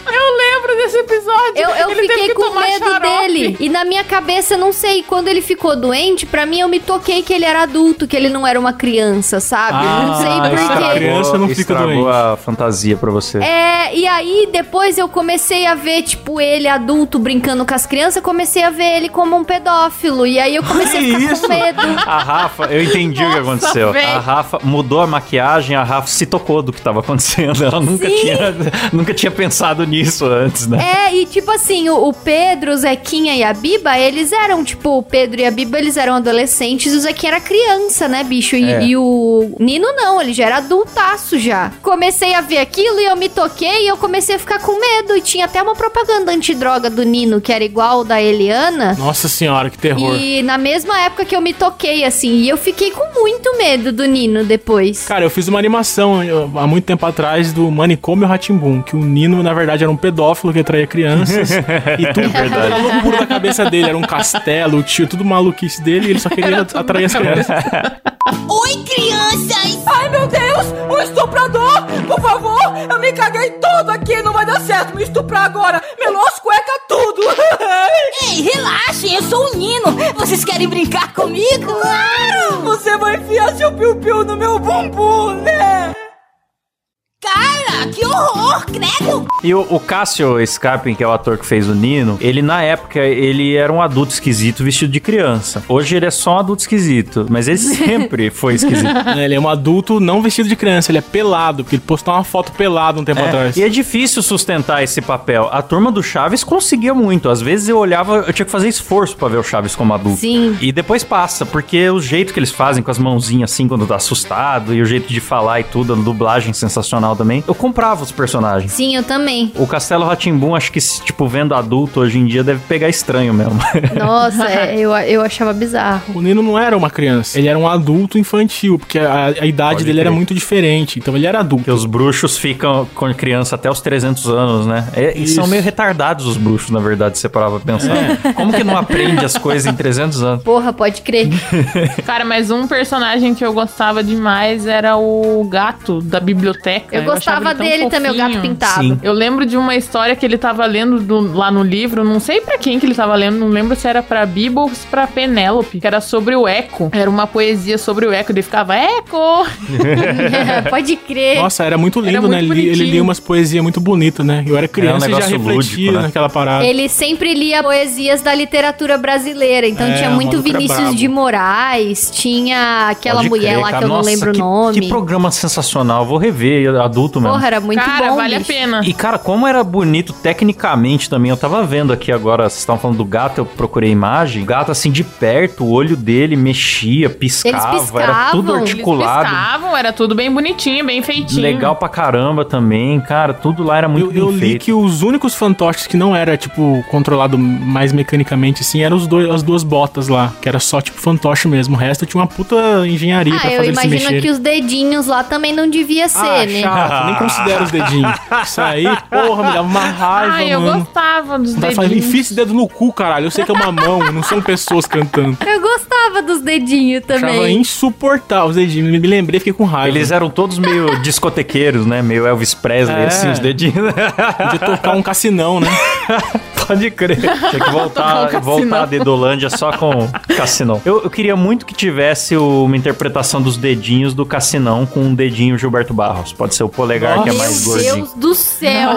S4: Eu lembro desse episódio.
S3: Eu, eu
S4: Ele teve
S3: fiquei
S4: que
S3: com
S4: tomar
S3: medo
S4: xarope.
S3: dele. E na minha cabeça, não sei, quando ele ficou doente, pra mim eu me toquei que ele era adulto, que ele não era uma criança, sabe?
S1: Ah,
S3: não sei
S1: estragou-
S3: por quê.
S2: Criança não fica
S1: estragou
S2: doente.
S1: a fantasia pra você.
S3: É, e aí depois eu comecei a ver, tipo, ele adulto brincando com as crianças, comecei a ver ele como um pedófilo. E aí eu comecei a ficar com medo.
S1: A Rafa, eu entendi o que aconteceu.
S4: velho.
S1: A Rafa mudou a maquiagem, a Rafa se tocou do que tava acontecendo. Ela nunca, tinha, nunca tinha pensado nisso antes, né?
S3: É, e tipo assim, o, o Pedro, o Zequinha Zequinha e a Biba, eles eram, tipo, o Pedro e a Biba, eles eram adolescentes, o Zequinha era criança, né, bicho? E,
S1: É.
S3: e o Nino não, ele já era adultaço já. Comecei a ver aquilo e eu me toquei e eu comecei a ficar com medo. E tinha até uma propaganda antidroga do Nino, que era igual da Eliana.
S2: Nossa senhora, que terror.
S3: E na mesma época que eu me toquei, assim, e eu fiquei com muito medo do Nino depois.
S2: Cara, eu fiz uma animação eu- há muito tempo atrás do Manicômio Ratimbum, que o Nino, na verdade, era um pedófilo que atraía crianças. e tudo
S1: É
S2: era loucura da cabeça dele, era um castelo, o tio, tudo maluquice dele, e ele só queria atrair as crianças.
S9: Oi, crianças! Ai, meu Deus! Um estuprador! Por favor! Eu me caguei todo aqui! Não vai dar certo me estuprar agora! Melou as cuecas tudo! Ei, relaxem! Eu sou o Nino! Vocês querem brincar comigo? Claro! Você vai enfiar seu piu-piu no meu bumbum, né? Cara, que horror! Credo!
S1: E o, o Cássio Scarpin, que é o ator que fez o Nino, ele na época ele era um adulto esquisito vestido de criança. Hoje ele é só um adulto esquisito, mas ele sempre foi esquisito.
S2: Né, ele é um adulto não vestido de criança, ele é pelado, porque ele postou uma foto pelado um tempo atrás.
S1: E é difícil sustentar esse papel. A turma do Chaves conseguia muito. Às vezes eu olhava, eu tinha que fazer esforço pra ver o Chaves como adulto.
S3: Sim.
S1: E depois passa, porque o jeito que eles fazem com as mãozinhas assim quando tá assustado e o jeito de falar e tudo, a dublagem sensacional também. Eu comprava os personagens.
S3: Sim, eu também.
S1: O Castelo Ratimbum, acho que, se, tipo, vendo adulto hoje em dia, deve pegar estranho mesmo.
S3: Nossa, é, eu, eu achava bizarro.
S2: O Nino não era uma criança, ele era um adulto infantil, porque a, a idade
S1: Pode
S2: dele era
S1: crer.
S2: muito diferente, então ele era
S1: Porque
S2: adulto.
S1: os bruxos ficam com criança até os 300 anos, né? É- e são
S2: Isso.
S1: meio retardados os bruxos, na verdade, se você parar pra pensar. Como que não aprende as coisas em 300 anos?
S3: Porra, pode crer.
S4: Cara, mas um personagem que eu gostava demais era o gato da biblioteca.
S3: Eu
S4: achava
S3: gostava
S4: ele tão
S3: dele também, o gato
S4: fofinho.
S3: pintado.
S1: Sim.
S4: Eu lembro de uma história que ele tava lendo do- lá no livro, não sei pra quem que ele tava lendo, não lembro se era pra Biba ou se pra Penélope, que era sobre o eco. Era uma poesia sobre o eco, ele ficava eco!
S3: pode
S1: É.
S3: crer.
S2: Nossa, era muito lindo,
S4: muito
S2: né? Ele, ele
S4: bonitinho.
S2: lia umas poesias muito bonitas, né? Eu era criança e já
S1: um negócio
S2: refletia
S1: lúdico, né?
S2: naquela parada.
S3: Ele sempre lia poesias da literatura brasileira, então
S2: É,
S3: tinha
S2: o
S3: muito
S2: maluco era
S3: Vinícius
S2: brabo.
S3: de Moraes, tinha aquela
S1: Pode
S3: mulher
S1: crer,
S3: lá
S1: cara.
S3: que eu não
S1: Nossa,
S3: lembro o
S1: que-
S3: nome.
S1: Que programa sensacional. Vou rever eu- adulto mesmo.
S3: Porra, era muito
S4: Cara,
S3: bom.
S4: vale
S3: bicho.
S4: a pena.
S1: E, cara, como era bonito tecnicamente também. Eu tava vendo aqui agora, vocês estavam falando do gato, eu procurei imagem. O gato, assim, de perto, o olho dele mexia, piscava, era tudo
S3: piscavam, eles
S4: Eles
S1: articulado.
S4: pistavam, era tudo bem bonitinho, bem feitinho.
S1: Legal pra caramba também, cara. Tudo lá era muito
S2: eu, eu
S1: bem
S2: li
S1: feito.
S2: que os únicos fantoches que não era, tipo, controlado mais mecanicamente, assim, eram os dois, as duas botas lá, que era só, tipo, fantoche mesmo. O resto tinha uma puta engenharia pra
S3: Ah, eu
S2: fazer eles se
S3: imagino
S2: mexerem.
S3: que os dedinhos lá também não devia ser,
S2: Ah,
S3: né?
S2: chato, nem considero os dedinhos. Isso aí, porra, me dava uma raiva,
S4: Ah, eu
S2: mano.
S4: gostava dos
S2: Vai falar,
S4: dedinhos.
S2: enfia esse dedo no cu, caralho. Eu sei que é uma mão, não são pessoas cantando.
S3: Eu gostava dos dedinhos
S2: Achava
S3: também.
S2: insuportável os dedinhos. Me lembrei, fiquei com raiva.
S1: Eles eram todos meio discotequeiros, né? Meio Elvis Presley,
S2: É.
S1: assim, os dedinhos.
S2: Podia tocar um cassinão, né?
S1: Pode crer. Tinha que
S4: Tocar um
S1: voltar,
S4: cassinão.
S1: voltar a Dedolândia só com cassinão. Eu, eu queria muito que tivesse o- uma interpretação dos dedinhos do cassinão com um dedinho Gilberto Barros. Pode ser o polegar que é
S2: Nossa.
S1: mais
S3: Meu
S1: gordinho.
S3: Deus do céu!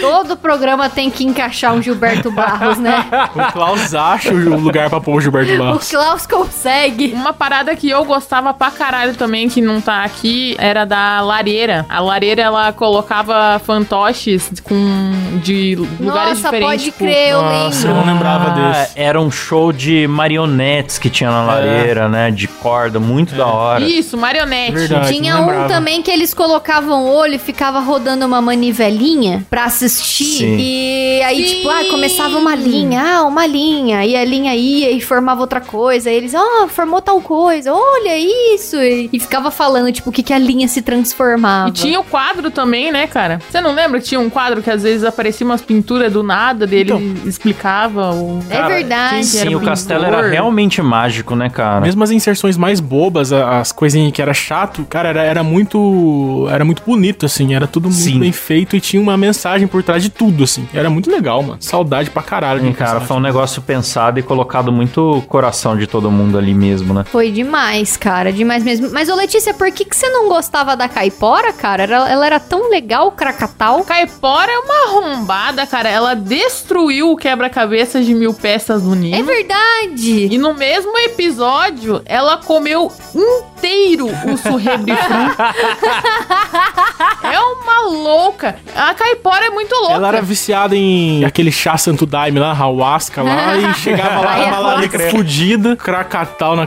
S3: Todo programa tem que encaixar um Gilberto Barros, né?
S2: O Klaus acha o lugar pra pôr o Gilberto
S3: O
S2: Barros.
S3: Klaus consegue.
S4: Uma parada que eu gostava pra caralho também, que não tá aqui, era da lareira. A lareira, ela colocava fantoches com, de lugares
S3: Nossa,
S4: diferentes.
S3: pode
S4: tipo,
S3: crer, eu
S2: Nossa, eu
S3: lembro.
S2: não lembrava
S1: Ah,
S2: desse. É.
S1: Era um show de marionetes que tinha na lareira, né? De corda, muito da hora.
S4: Isso, marionete.
S2: Verdade,
S3: Tinha
S2: não
S3: um
S2: lembrava.
S3: também que eles colocavam o olho e ficava rodando uma manivelinha pra assistir.
S1: Sim.
S3: E aí,
S4: Sim.
S3: tipo, ah, começava uma linha, ah, uma linha. E a linha ia e formava outra coisa. Aí eles, ah, formou tal coisa, olha isso. E, e ficava falando, tipo, o que, que a linha se transformava.
S4: E tinha o quadro também, né, cara? Você não lembra que tinha um quadro que às vezes aparecia umas pinturas do nada dele explicava o.
S3: É verdade.
S4: quem que era
S1: Sim, o
S4: pintor?
S1: castelo era realmente mágico, né, cara?
S2: Mesmo as inserções mais bobas, a- as coisinhas que era chato, cara, era, era muito. Era muito bonito, assim. Era tudo muito
S1: Sim.
S2: bem feito e tinha uma mensagem por trás de tudo, assim. Era muito legal, mano. Saudade pra caralho.
S1: Sim,
S2: de
S1: cara,
S2: personagem.
S1: foi um negócio pensado e colocado muito coração de todo mundo ali mesmo, né?
S3: Foi demais, cara, demais mesmo. Mas, ô Letícia, por que, que você não gostava da caipora, cara? Era- ela era tão legal, Krakatau.
S4: Caipora é uma arrombada, cara. Ela destruiu o quebra-cabeças de mil peças do Nino.
S3: É verdade.
S4: E no mesmo episódio, ela comeu um inteiro o surrebifru. é uma louca. A caipora é muito louca.
S2: Ela era viciada em aquele chá santo daime lá, ayahuasca lá, e chegava lá,
S3: Ayahuasca.
S2: tava lá fudida, cracatal na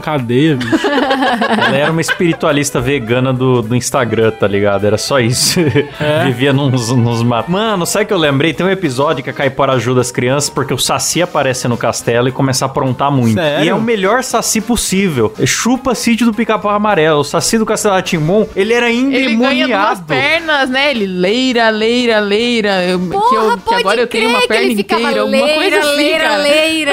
S2: cadeia, bicho.
S1: Ela era uma espiritualista vegana do, do Instagram, tá ligado? Era só isso. Vivia nos, nos matos. Mano, sabe o que eu lembrei? Tem um episódio que a Caipora ajuda as crianças porque o Saci aparece no castelo e começa a aprontar muito.
S2: Sério?
S1: E é o melhor Saci possível. Chupa sítio do pica-pau amarelo. O Saci do Castelo Ratimbum, ele era
S4: Ele ganha duas
S1: endemoniado.
S4: pernas, né? Ele leira, leira, leira. Eu- que, eu-
S3: Porra,
S4: que
S3: pode
S4: agora eu
S3: crer
S4: tenho uma
S3: que
S4: perna
S3: ele ficava
S4: inteira. uma coisa
S3: leira,
S4: assim,
S3: leira,
S4: cara.
S3: leira.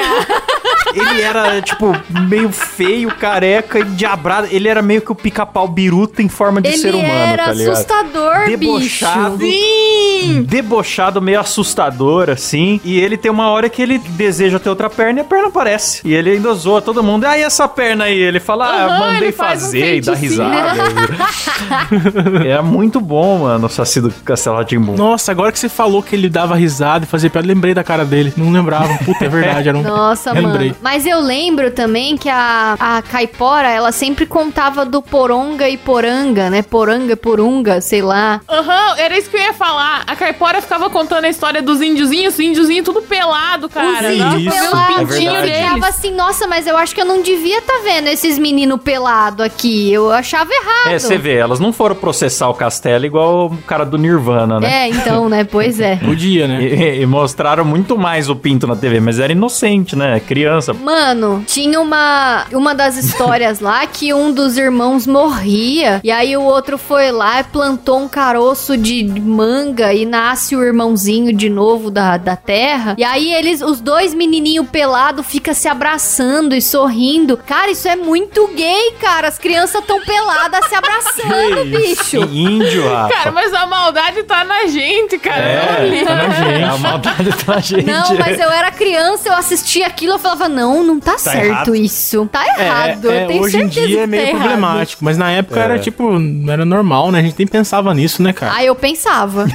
S1: Ele era, tipo, meio feio, careca, endiabrado. Ele era meio que o pica-pau biruta em forma de ser
S3: Ele
S1: humano,
S3: era
S1: tá ligado?
S3: assustador,
S1: Debochado.
S3: bicho.
S1: debochado, meio assustador, assim. E ele tem uma hora que ele deseja ter outra perna e a perna aparece. E ele ainda zoa todo mundo. Ah, e essa perna aí? Ele fala, ah,
S4: Aham,
S1: mandei
S4: ele faz um
S1: fazer e dá
S4: feiticinho.
S1: risada. Era muito bom, mano, o Saci do Castelo Rá-Tim-Bum.
S2: Nossa, agora que você falou que ele dava risada e fazia piada, lembrei da cara dele. Não lembrava. Puta, é verdade, era um...
S3: Nossa,
S2: Lembrei.
S3: mano. Mas eu lembro também que a, a Caipora, ela sempre contava do Poronga e Poranga, né? Poranga, Porunga, sei lá.
S4: Aham, era isso que eu ia falar. A caipora ficava contando a história dos índiozinhos, os índiozinhos tudo pelado, cara.
S2: Os
S4: Dava pra
S2: índios.
S4: ver
S3: um
S4: o
S2: Isso,
S1: é
S4: pintinho
S1: verdade.
S4: deles.
S3: Ficava assim, nossa, mas eu acho que eu não devia tá vendo esses meninos pelado aqui. Eu achava errado.
S1: É, você vê, elas não foram processar o castelo igual o cara do Nirvana, né?
S3: É, então, né? Pois é.
S2: Podia, né?
S1: E, e mostraram muito mais o pinto na TV, mas era inocente, né? Criança.
S3: Mano, tinha uma, uma das histórias lá que um dos irmãos morria e aí o outro foi lá e plantou um caroço de manga e nasce o irmãozinho de novo da, da terra. E aí eles, os dois menininho pelado fica se abraçando e sorrindo. Cara, isso é muito gay, cara. As crianças tão peladas se abraçando, bicho.
S1: E índio, Rafa.
S4: Cara, mas a maldade tá na gente, cara.
S1: é,
S4: Olha. É
S1: tá na gente. A maldade tá na gente.
S3: Não,
S2: é.
S3: mas eu era criança, eu assistia aquilo, eu falava, não, não tá, certo
S1: errado.
S3: isso. Tá errado, eu tenho
S2: hoje em
S3: certeza
S2: dia
S3: que
S2: é meio
S3: tá errado.
S2: problemático, mas na época
S1: É.
S2: era tipo, não era normal, né? A gente nem pensava nisso, né, cara?
S3: Ah, eu pensava.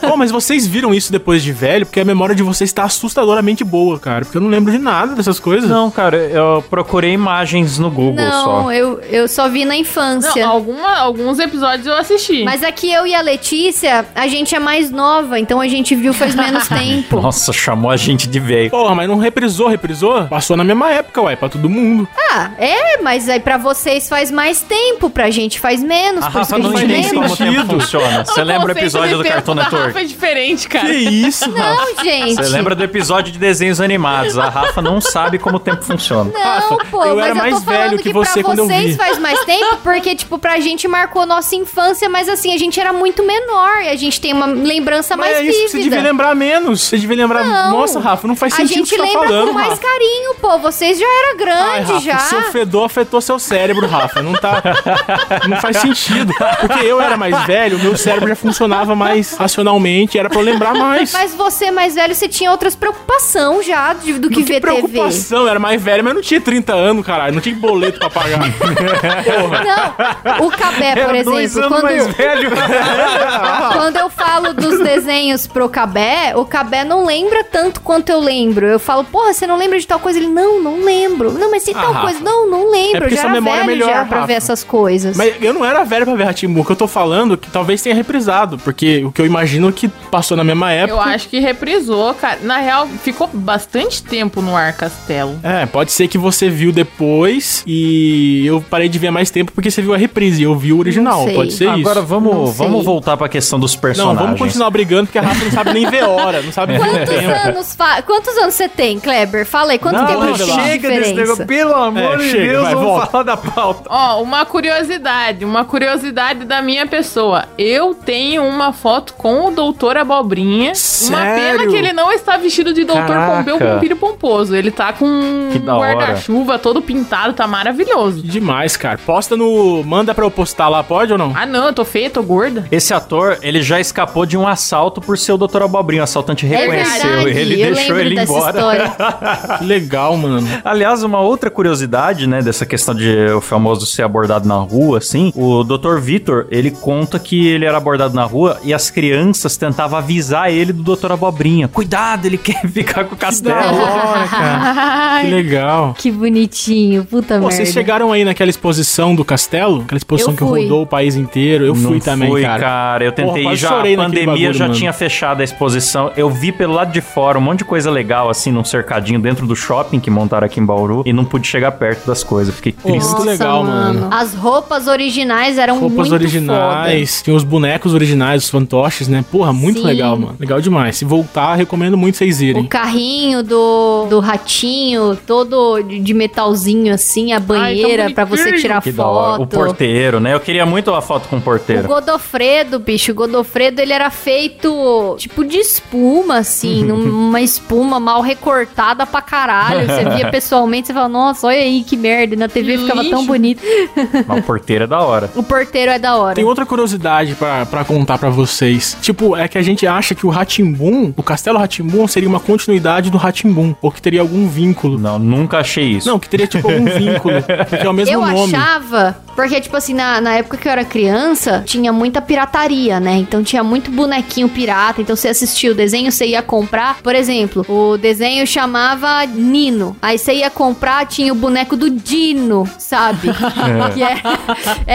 S2: Pô, mas vocês viram isso depois de velho, porque a memória de vocês tá assustadoramente boa, cara. Porque eu não lembro de nada dessas coisas.
S1: Não, cara, eu procurei imagens no Google
S3: Não,
S1: só.
S3: Eu, eu só vi na infância.
S4: Não, alguma- alguns episódios eu assisti.
S3: Mas aqui eu e a Letícia, a gente é mais nova, então a gente viu faz menos tempo.
S1: Nossa, chamou a gente de velho.
S2: Porra, mas não reprisou, reprisou? Passou na mesma época, ué, pra todo mundo.
S3: Ah, é, mas aí pra vocês faz mais tempo, pra gente faz menos,
S1: A
S3: por isso que
S1: Rafa
S3: a
S1: não
S3: gente
S2: faz nem
S1: entende
S3: lembra.
S1: como o tempo funciona. Você lembra o
S4: conceito de
S1: episódio do
S4: tempo
S1: Cartoon
S3: tá
S4: da
S1: Network?
S4: Rafa é diferente,
S2: Que
S4: cara.
S2: isso, Rafa?
S3: Não, gente.
S1: Você lembra do episódio de desenhos animados. A Rafa não sabe como o tempo funciona.
S3: Não, pô,
S2: eu
S3: mas
S2: era
S3: eu tô
S2: mais
S3: falando
S2: velho
S3: que,
S2: que você
S3: pra
S2: quando eu
S3: vocês
S2: vi.
S3: faz mais tempo, porque, tipo, pra gente marcou nossa infância, mas assim, a gente era muito menor e a gente tem uma lembrança
S2: Mas
S3: mais
S2: é isso que você devia
S3: vívida.
S2: lembrar menos. Você devia lembrar.
S3: Não.
S2: Nossa, Rafa, não faz
S3: a
S2: sentido o que
S3: gente
S2: você tá
S3: lembra
S2: falando.
S3: com mais
S2: Rafa.
S3: carinho, pô. Vocês já era
S2: Ai,
S3: grande
S2: Rafa,
S3: já.
S2: seu fedor afetou seu cérebro, Rafa. Não tá. Não faz sentido. Porque eu era mais velho, meu cérebro já funcionava mais racionalmente, era pra eu lembrar mais.
S3: Mas você mais velho, você tinha outras preocupações já de- do que, ver TV.
S2: preocupação, eu era mais velho, mas eu não tinha 30 anos, caralho. Não tinha boleto pra pagar. Porra.
S3: Não, o Cabé, por
S1: Era dois
S3: exemplo,
S1: anos mais
S3: é quando,
S1: velho.
S3: quando eu falo dos desenhos pro Cabé, o Cabé não lembra tanto quanto eu lembro. Eu falo, porra, você não lembra de tal coisa? Ele, não, não lembro. Não, mas e
S2: Ah,
S3: tal
S2: Rafa.
S3: coisa? Não, não
S2: É
S3: lembro.
S2: porque
S3: eu já
S2: sua
S3: era
S2: memória é
S3: velho
S2: melhor,
S3: já pra
S2: Rafa.
S3: ver essas coisas.
S2: Mas eu não era velho pra ver Ratimbu. O que eu tô falando é que talvez tenha reprisado, porque o que eu imagino é que passou na mesma
S4: Eu
S2: época.
S4: acho que reprisou, cara. Na real, ficou bastante tempo no ar Castelo.
S2: É, pode ser que você viu depois e eu parei de ver há mais tempo porque você viu a reprise e eu vi o original.
S3: sei.
S2: Pode ser isso.
S1: Agora
S3: Não sei.
S1: vamos, vamos voltar pra questão dos
S2: Não,
S1: personagens.
S2: vamos continuar brigando porque a Rafa não sabe nem ver hora, não sabe ver
S3: Quantos
S2: tempo.
S3: anos, fa- quantos anos você tem, Kleber? Fala aí, quanto
S1: Não,
S3: tempo
S2: vamos
S3: tem
S2: lá.
S3: de diferença?
S1: pelo amor
S2: É, chega, vai, volta.
S1: falar da pauta.
S4: Ó, uma curiosidade, uma curiosidade da minha pessoa. Eu tenho uma foto com o doutor Abobrinha. Uma pena
S2: Sério?
S4: que ele não está vestido de doutor
S1: Caraca.
S4: Pompeu Pompilho Pomposo. Ele tá com
S1: Que
S4: um
S1: da hora.
S4: guarda-chuva todo pintado, tá maravilhoso.
S2: Demais, cara. Posta no. Manda pra eu postar lá, pode ou não?
S4: Ah não, eu tô feia, tô gorda.
S1: Esse ator, ele já escapou de um assalto por ser o Dr. Abobrinha. O assaltante reconheceu
S3: É verdade,
S1: ele,
S3: eu
S1: deixou
S3: lembro
S1: ele
S3: dessa
S1: embora.
S3: história.
S2: Que legal, mano.
S1: Aliás, uma outra curiosidade, né, dessa questão de o famoso ser abordado na rua, assim, o Dr. Vitor, ele conta que ele era abordado na rua e as crianças tentavam avisar ele do Dr. Abobrinha. Cuidado, ele quer ficar com o castelo.
S2: hora, cara. Que
S3: Ai,
S2: legal.
S3: que bonitinho, puta
S2: Pô,
S3: merda.
S2: vocês chegaram aí naquela exposição do castelo? Aquela exposição
S3: Eu
S2: que
S3: fui.
S2: rodou o país inteiro. Eu
S1: Não
S2: fui também,
S1: fui,
S2: cara.
S1: Eu
S2: Porra,
S1: tentei
S2: quase
S1: já.
S2: chorei
S1: A
S2: naquele
S1: pandemia
S2: bagulho,
S1: já
S2: mano.
S1: tinha fechado a exposição. Eu vi pelo lado de fora um monte de coisa legal, assim, num cercadinho dentro do shopping que montaram aqui em Bauru. E não pude chegar perto das coisas. Fiquei
S2: Pô,
S1: triste.
S2: muito legal, mano.
S3: As roupas originais eram
S2: Roupas
S3: É muito
S2: originais, tinha os bonecos originais, os fantoches, né? Porra, muito
S3: Sim.
S2: legal, mano. Legal demais. Se voltar, recomendo muito vocês
S3: foda.
S2: irem.
S3: O carrinho do, do ratinho, todo de de metalzinho assim, a banheira pra você
S4: bonitinho.
S3: tirar
S1: Que da hora.
S3: foto.
S1: O porteiro, né? Eu queria muito uma foto com o
S3: O
S1: porteiro.
S3: Godofredo, bicho, o Godofredo ele era feito tipo de espuma, assim, num- uma espuma mal recortada pra caralho. Você via pessoalmente, você falava, nossa, olha aí que merda, e na TV
S4: Que
S3: ficava tão
S4: lixo.
S3: bonito.
S1: Mas o porteiro é da hora.
S3: O porteiro é da hora.
S2: Tem outra curiosidade pra pra contar pra vocês. Tipo, é que a gente acha que o Ratimbum, o Castelo Ratimbum, seria uma continuidade do Ratimbum, ou que teria algum vínculo.
S1: Não, nunca achei isso.
S2: Não, que teria tipo algum vínculo, porque é o mesmo
S3: eu
S2: nome.
S3: achava, porque, tipo assim, na, na época que eu era criança, tinha muita pirataria, né? Então tinha muito bonequinho pirata. Então você assistia o desenho, você ia comprar. Por exemplo, o desenho chamava Nino. Aí você ia comprar, tinha o boneco do Dino, sabe? Que é-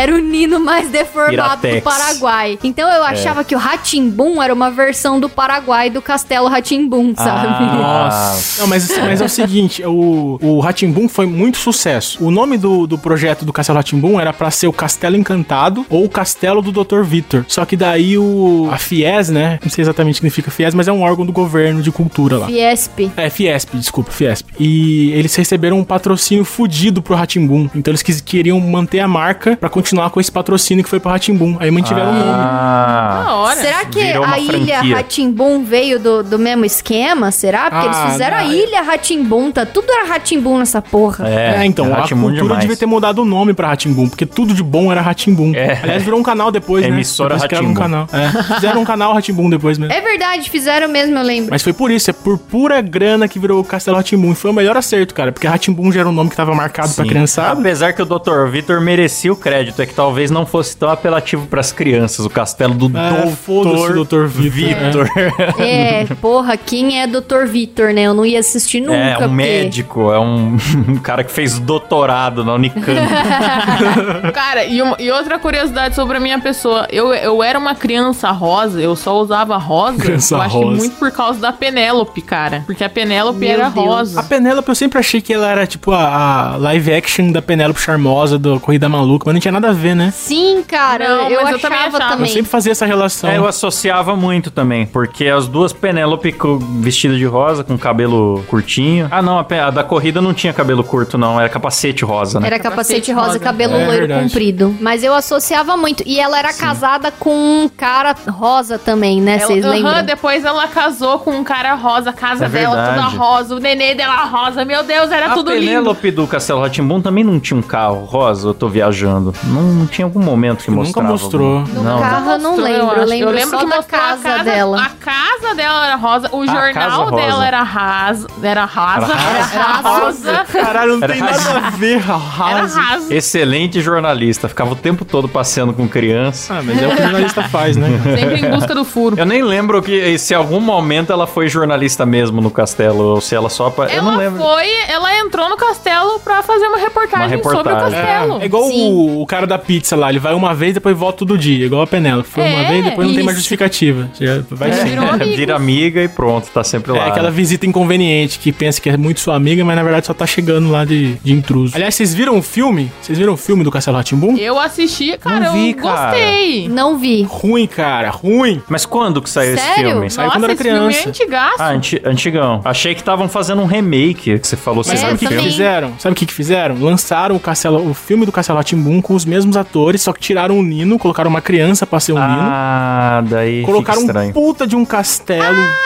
S3: era o Nino mais deformado
S1: Piratex.
S3: do Paraguai. Então eu achava que o Ratimbum era uma versão do Paraguai do Castelo Ratimbum, sabe?
S2: Ah.
S1: Nossa.
S2: Não, mas, mas é o seguinte, o, o Ratimbum foi muito sucesso. O nome do, do projeto do Castelo Ratimbum era pra ser o Castelo Encantado ou o Castelo do Dr. Vitor. Só que daí o a Fies, né? Não sei exatamente o que significa Fies, mas é um órgão do governo de cultura lá.
S3: Fiesp.
S2: É, Fiesp, desculpa, Fiesp. E eles receberam um patrocínio fudido pro Ratimbum. Então eles quis- queriam manter a marca pra continuar com esse patrocínio que foi pro Ratimbum. Aí mantiveram o nome.
S1: Ah.
S4: Da hora.
S3: Será que
S1: virou uma
S3: a ilha
S1: franquia.
S3: Ratimbum veio do, do mesmo esquema? Será? Porque
S2: Ah,
S3: eles fizeram a
S2: não.
S3: ilha Ratimbum, tá? Tudo era Ratimbum nessa porra.
S2: É, então, a
S1: Ratimundo
S2: cultura
S1: demais.
S2: devia ter mudado o nome pra Ratimbum, porque tudo de bom era Ratimbum.
S1: É.
S2: Aliás, virou um canal depois, né?
S1: Emissora
S2: Depois criaram um
S1: Rá-Tim-Bum.
S2: canal. É, fizeram um canal Ratimbum depois mesmo.
S3: É. verdade, fizeram mesmo, eu lembro.
S2: Mas foi por isso, é por pura grana que virou o Castelo Ratimbum. E foi o melhor acerto, cara, porque Ratimbum já era um nome que tava marcado pra
S1: Sim.
S2: criançada.
S1: Apesar que o Dr. Vitor merecia o crédito, é que talvez não fosse tão apelativo pras crianças, o castelo do
S2: É,
S1: Dr.
S2: foda-se, Dr. Vitor.
S1: Vitor.
S3: É, porra, quem é Dr. Vitor, né? Eu não ia assistir nunca.
S1: É, um
S3: porque-
S1: médico, é um, um cara que fez doutorado na Unicamp.
S4: Cara, e, uma- e outra curiosidade sobre a minha pessoa. Eu, eu era uma criança rosa, eu só usava rosa.
S2: Criança
S4: eu acho
S2: rosa.
S4: que muito por causa da Penélope, cara. Porque a Penélope
S3: Meu
S4: era
S3: Deus.
S2: A
S4: rosa.
S2: Penélope, eu sempre achei que ela era, tipo, a, a live action da Penélope Charmosa, do Corrida Maluca, mas não tinha nada a ver, né?
S3: Sim, cara,
S4: Não,
S3: eu,
S4: mas eu também
S3: achava
S4: achava.
S2: Eu
S3: também.
S2: sempre fazia essa relação.
S1: É, eu associava muito também, porque as duas Penélope co- vestida de rosa, com cabelo curtinho. Ah, não, a, Pe- a da corrida não tinha cabelo curto, não, era capacete rosa, né?
S3: Era capacete
S4: Capacete
S3: rosa,
S4: rosa.
S3: cabelo
S2: É
S3: loiro
S2: verdade.
S3: comprido. Mas eu associava muito. E ela era casada com um cara rosa também, né?
S4: Ela-
S3: Vocês
S4: Aham,
S3: lembram?
S4: depois ela casou com um cara rosa, a casa
S1: É
S4: dela toda
S1: verdade.
S4: rosa, o nenê dela rosa. Meu Deus, era
S1: a
S4: Tá tudo lindo.
S1: Penélope do Castelo Ratimbun também não tinha um carro rosa, eu tô viajando. Não, não tinha algum momento que
S2: Nunca
S1: mostrava.
S2: mostrou.
S1: algum-
S3: No
S1: Não,
S3: carro Ah, eu não
S4: Mostrou,
S3: lembro. Eu
S4: acho.
S3: lembro, só da
S4: mostrou a
S3: casa, dela.
S4: A casa dela era rosa, o
S1: casa
S4: jornal
S1: rosa.
S4: dela era rasa. Era rasa.
S1: rasa.
S4: Era rosa.
S2: Caralho, não
S1: Era
S2: tem nada a ver,
S4: Era
S2: arraso.
S4: rasa.
S1: Excelente jornalista, ficava o tempo todo passeando com criança.
S2: Ah, mas é o que o jornalista faz, né? cara?
S4: Sempre em busca do furo.
S1: Eu nem lembro que se em algum momento ela foi jornalista mesmo no castelo, ou se ela só. apa- eu não
S4: Ela
S1: lembro.
S4: foi, ela entrou no castelo pra fazer uma reportagem,
S1: Uma reportagem.
S4: sobre o castelo.
S2: É igual
S3: Sim.
S2: o, o cara da pizza lá, ele vai uma vez, depois volta todo dia, igual a Penélope. Foi uma
S4: É,
S2: vez, depois não tem mais
S3: isso.
S2: justificativa. Você já vai
S4: É.
S2: sim.
S4: Virou amigos.
S1: Vira amiga e pronto, tá sempre
S2: É
S1: lá.
S2: aquela visita inconveniente que pensa que é muito sua amiga, mas na verdade só tá chegando lá de, de intruso. Aliás, vocês viram o filme? Vocês viram o filme do Castelo Ratimbum?
S4: Eu assisti, cara,
S1: Não vi,
S4: eu
S1: cara.
S4: gostei.
S3: Não vi.
S2: Ruim, cara, ruim.
S1: Mas quando que saiu esse
S3: Sério?
S1: filme?
S2: Saiu quando
S4: Nossa,
S2: era
S4: esse filme é
S2: criança.
S4: antigaço.
S1: Ah, anti- antigão. Achei que estavam fazendo um remake que é? você falou
S4: É,
S2: Mas
S1: sobre
S2: sabe
S1: o
S2: o que, que
S1: filme.
S3: também.
S2: fizeram? Sabe o que, que fizeram? Lançaram o, Castelo, o filme do Castelo Ratimbum com os mesmos atores, só que tiraram o Nino, colocaram uma criança pra ser o Nino.
S1: Ah, daí.
S2: Colocaram
S1: fica
S2: um
S1: estranho.
S2: puta de um castelo.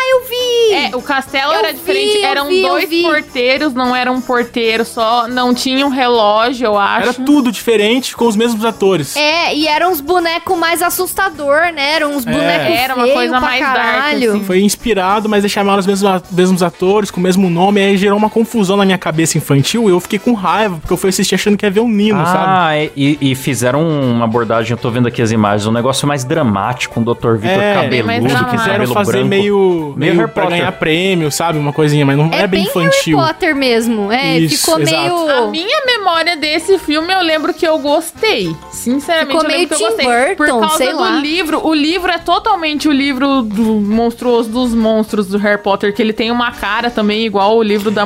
S3: Eu vi vi!
S4: É, o castelo
S3: Eu
S4: era
S3: vi,
S4: diferente.
S3: eu
S4: Eram
S3: vi, eu
S4: dois
S3: vi.
S4: porteiros, não era um porteiro só. Não tinha um relógio, eu Ah, acho.
S2: Era tudo diferente com os mesmos atores.
S3: É, e eram uns bonecos mais assustador, né? Eram
S2: É.
S3: uns bonecos
S4: Era uma
S3: feio
S4: coisa
S3: pra
S4: mais dark,
S3: caralho.
S4: assim.
S2: Foi inspirado, mas eles chamaram os mesmos, mesmos atores, com o mesmo nome, aí gerou uma confusão na minha cabeça infantil e eu fiquei com raiva, porque eu fui assistir achando que ia ver um Nino, sabe?
S1: Ah, e, e fizeram uma abordagem, eu tô vendo aqui as imagens, um negócio mais dramático, um Dr. Vitor
S2: É, bem
S4: mais
S1: cabeludo, que
S4: dramático.
S1: tem
S2: Quiseram
S1: cabelo
S2: fazer
S1: branco.
S2: meio,
S1: Meio
S2: meio,
S1: Harry
S2: pra
S1: Potter.
S2: ganhar prêmio, sabe? Uma coisinha, mas não é, bem infantil.
S3: Harry Potter mesmo. É,
S2: Isso,
S3: ficou
S2: exato.
S4: A
S3: meio.
S4: minha memória desse filme, eu lembro que eu gostei. Sinceramente,
S3: Ficou
S4: eu
S3: meio
S4: lembro que
S3: Tim
S4: eu gostei. Por
S3: Burton,
S4: causa
S3: sei
S4: do
S3: lá.
S4: livro. O livro é totalmente o livro do monstruoso dos monstros do Harry Potter, que ele tem uma cara também igual o livro da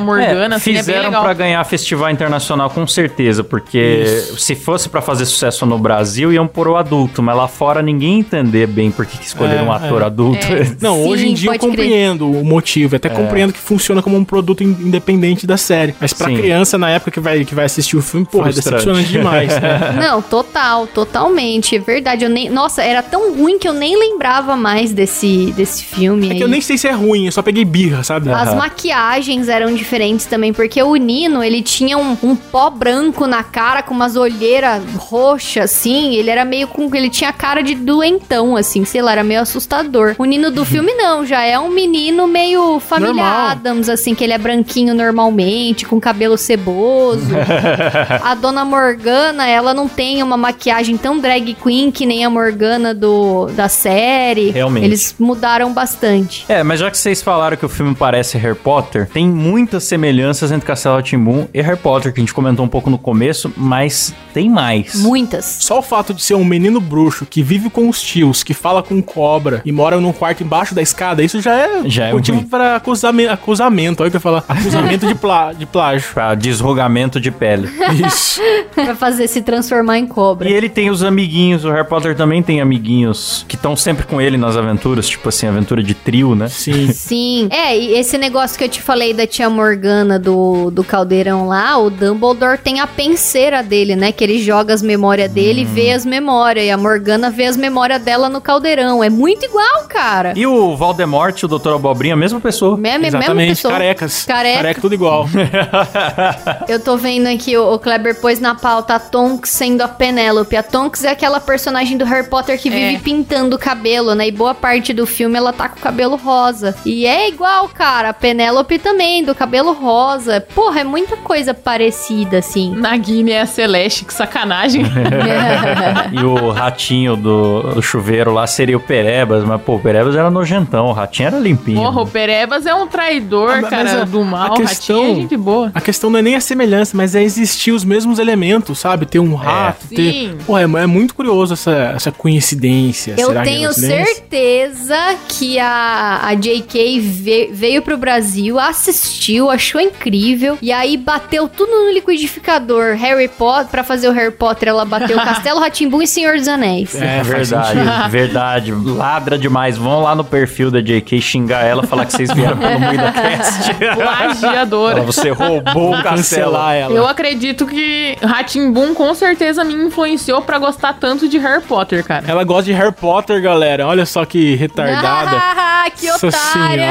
S1: É,
S4: Morgana, assim, é bem
S1: fizeram
S4: legal.
S1: pra ganhar festival internacional com certeza, porque se fosse pra fazer sucesso no Brasil iam pôr o adulto, mas lá fora ninguém ia entender bem por que que escolheram
S2: É,
S1: um ator adulto.
S2: Não,
S3: Sim,
S2: hoje em dia eu
S3: pode crer.
S2: compreendo o motivo,
S1: É.
S2: até compreendo que funciona como um produto in- independente da série. Mas pra
S1: Sim.
S2: criança, na época que vai, que vai assistir o filme, porra, é
S1: Frustrante.
S2: decepcionante demais. né?
S3: Não, total, totalmente. É verdade. Eu nem... Nossa, era tão ruim que eu nem lembrava mais desse, desse filme.
S2: É
S3: aí.
S2: que eu nem sei se é ruim, eu só peguei birra, sabe?
S3: As maquiagens eram diferentes também, porque o Nino, ele tinha um, um pó branco na cara, com umas olheiras roxas, assim. Ele era meio com. Ele tinha cara de doentão, assim, sei lá, era meio assustador. O Nino do filme, não, já é um menino meio família
S2: Normal.
S3: Adams, assim, que ele é branquinho normalmente, com cabelo ceboso. a dona Morgana, ela não tem uma maquiagem tão drag queen que nem a Morgana do, da série.
S1: Realmente.
S3: Eles mudaram bastante.
S1: É, mas já que vocês falaram que o filme parece Harry Potter, tem muitas semelhanças entre Castelo Timbum e Harry Potter, que a gente comentou um pouco no começo, mas tem mais.
S3: Muitas.
S2: Só o fato de ser um menino bruxo que vive com os tios, que fala com cobra e mora num quarto embaixo da escada, isso já é
S1: Já é
S2: motivo
S1: ruim.
S2: pra acusame- acusamento. Olha o que eu ia falar. Acusamento de, plá- de plágio.
S1: Pra desrogamento de pele.
S2: Isso.
S3: Pra fazer se transformar em
S1: E
S3: cobra.
S1: ele tem os amiguinhos, o Harry Potter também tem amiguinhos que estão sempre com ele nas aventuras, tipo assim, aventura de trio, né?
S2: Sim.
S3: Sim. É, e esse negócio que eu te falei da tia Morgana do, do caldeirão lá, o Dumbledore tem a penseira dele, né? Que ele joga as memórias dele e vê as memórias. E a Morgana vê as memórias dela no caldeirão. É muito igual, cara.
S1: E o Voldemort e o Dr. Abobrinha, a mesma pessoa.
S3: Mesma- mesma
S2: Exatamente.
S3: pessoa.
S2: Carecas.
S3: Careca.
S2: Careca é tudo igual.
S3: Eu tô vendo aqui, o, o Kleber pôs na pauta a Tonks sendo a Penélope. A Tonks é aquela personagem do Harry Potter que vive
S4: É.
S3: pintando o cabelo, né? E boa parte do filme ela tá com o cabelo rosa. E é igual, cara. A Penélope também, do cabelo rosa. Porra, é muita coisa parecida, assim.
S4: Na Guiné é a Celeste, que sacanagem.
S1: É, E o ratinho do, do chuveiro lá seria o Perebas, mas pô, o Perebas era nojentão, o ratinho era limpinho.
S4: Porra, o Perebas é um traidor,
S2: Ah, mas
S4: cara,
S2: a-
S4: do
S2: a
S4: mal.
S2: questão-
S4: Ratinho é gente boa.
S2: A questão não é nem a semelhança, mas é existir os mesmos elementos, sabe? Ter
S1: É.
S2: um rato,
S4: Sim.
S2: ter. Pô, é, é muito curioso essa, essa coincidência.
S3: Eu
S2: Será que é
S3: tenho
S2: coincidência?
S3: certeza que a, a JK ve- veio pro Brasil, assistiu, achou incrível, e aí bateu tudo no liquidificador. Harry Potter, pra fazer o Harry Potter, ela bateu Castelo Ratimbum e Senhor dos Anéis.
S1: É
S2: É, faz
S1: verdade, verdade. Ladra demais. Vão lá no perfil da JK xingar ela, falar que vocês vieram pelo meio da cast. Fala,
S4: Plagiadora.
S1: Você roubou o castelo.
S2: Cancelar ela.
S4: Eu acredito que Ratimbun com certeza me influenciou pra gostar tanto de Harry Potter, cara.
S2: Ela gosta de Harry Potter, galera. Olha só que retardada.
S3: que
S2: Nossa Uhum.
S3: otária!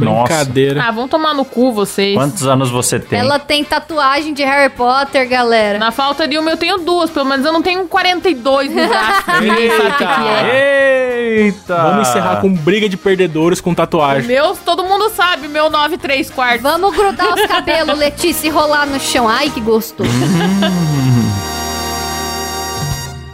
S1: Nossa,
S2: Brincadeira.
S4: Ah, vão tomar no cu vocês.
S1: quantos anos você tem?
S3: Ela tem tatuagem de Harry Potter, galera.
S4: Na falta de uma, eu tenho duas, pelo menos eu não tenho 42 no braço. Ninguém sabe o que que é.
S1: Eita!
S2: Vamos encerrar com briga de perdedores com tatuagem.
S4: Meus, todo mundo sabe, meu 9 3 quartos.
S3: Vamos grudar os cabelos, Letícia, e rolar no chão. Ai, que gostoso.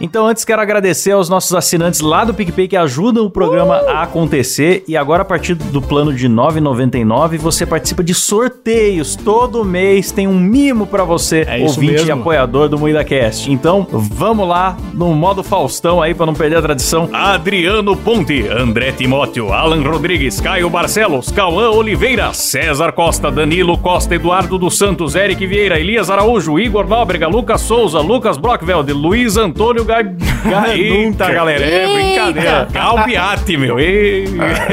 S1: Então, antes quero agradecer aos nossos assinantes lá do PicPay que ajudam o programa a acontecer. E agora, a partir do plano de R$ 9,99, você participa de sorteios. Todo mês tem um mimo pra você,
S2: É isso
S1: ouvinte e
S2: mesmo.
S1: apoiador do MuidaCast. Então, vamos lá no modo Faustão aí pra não perder a tradição.
S8: Adriano Ponte, André Timóteo, Alan Rodrigues, Caio Barcelos, Cauã Oliveira, César Costa, Danilo Costa, Eduardo dos Santos, Eric Vieira, Elias Araújo, Igor Nóbrega, Lucas Souza, Lucas Brockveld, Luiz Antônio Gai... Gai- Eita, galera, é brincadeira. Galpiati, meu. Ei.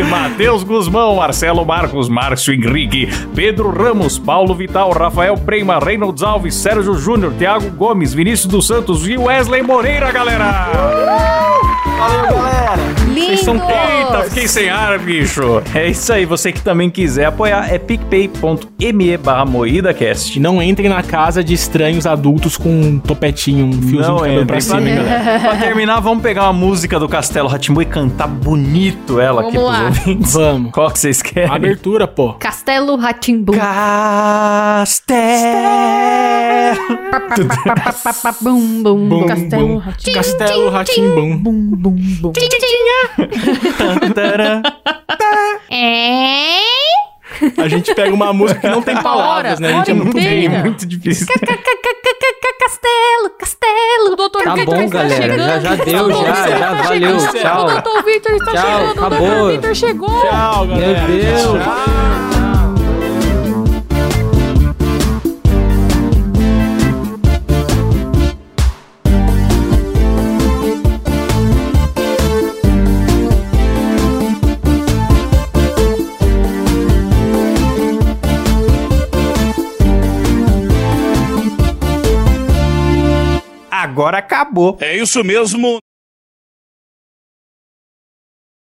S8: Matheus Guzmão, Marcelo Marcos, Márcio Henrique, Pedro Ramos, Paulo Vital, Rafael Prema, Reynolds Alves, Sérgio Júnior, Thiago Gomes, Vinícius dos Santos e Wesley Moreira, galera.
S3: Lindo! lindo!
S1: Vocês são.
S2: Tá,
S1: Eita, fiquei sem ar, bicho. É isso aí. Você que também quiser apoiar é picpay.me barra moídacast.
S2: Não entrem na casa de estranhos adultos com um topetinho, um fiozinho
S1: Não
S2: de cabelo pra
S1: entrem
S2: cima.
S1: pra mim, galera. Pra terminar, vamos pegar uma música do Castelo Ratimbu e cantar bonito ela aqui
S4: Vamos
S1: pros
S4: lá.
S1: ouvintes.
S2: Vamos.
S1: Qual que vocês querem?
S2: Abertura, pô.
S3: Castelo Ratimbum.
S1: Castelo.
S4: Bum, bum,
S2: Bum,
S4: Castelo
S2: bum.
S4: Ratim.
S2: Castelo Ratimbum.
S4: Bum, bum, bum.
S1: Tantarã.
S3: É.
S2: A gente pega uma música que não tem palavras, né? A gente é
S4: hora
S2: muito
S4: inteira.
S2: bem.
S1: Muito difícil.
S3: Castelo, castelo. Doutor
S5: Tá bom, galera. Já, já deu, já, já. Valeu. Tchau.
S4: O Dr. Victor está
S5: Tchau,
S4: chegando. O
S5: acabou.
S4: Dr. Victor chegou.
S2: Tchau,
S5: Meu
S2: galera.
S4: um
S5: Deus.
S1: Agora acabou.
S8: É isso mesmo.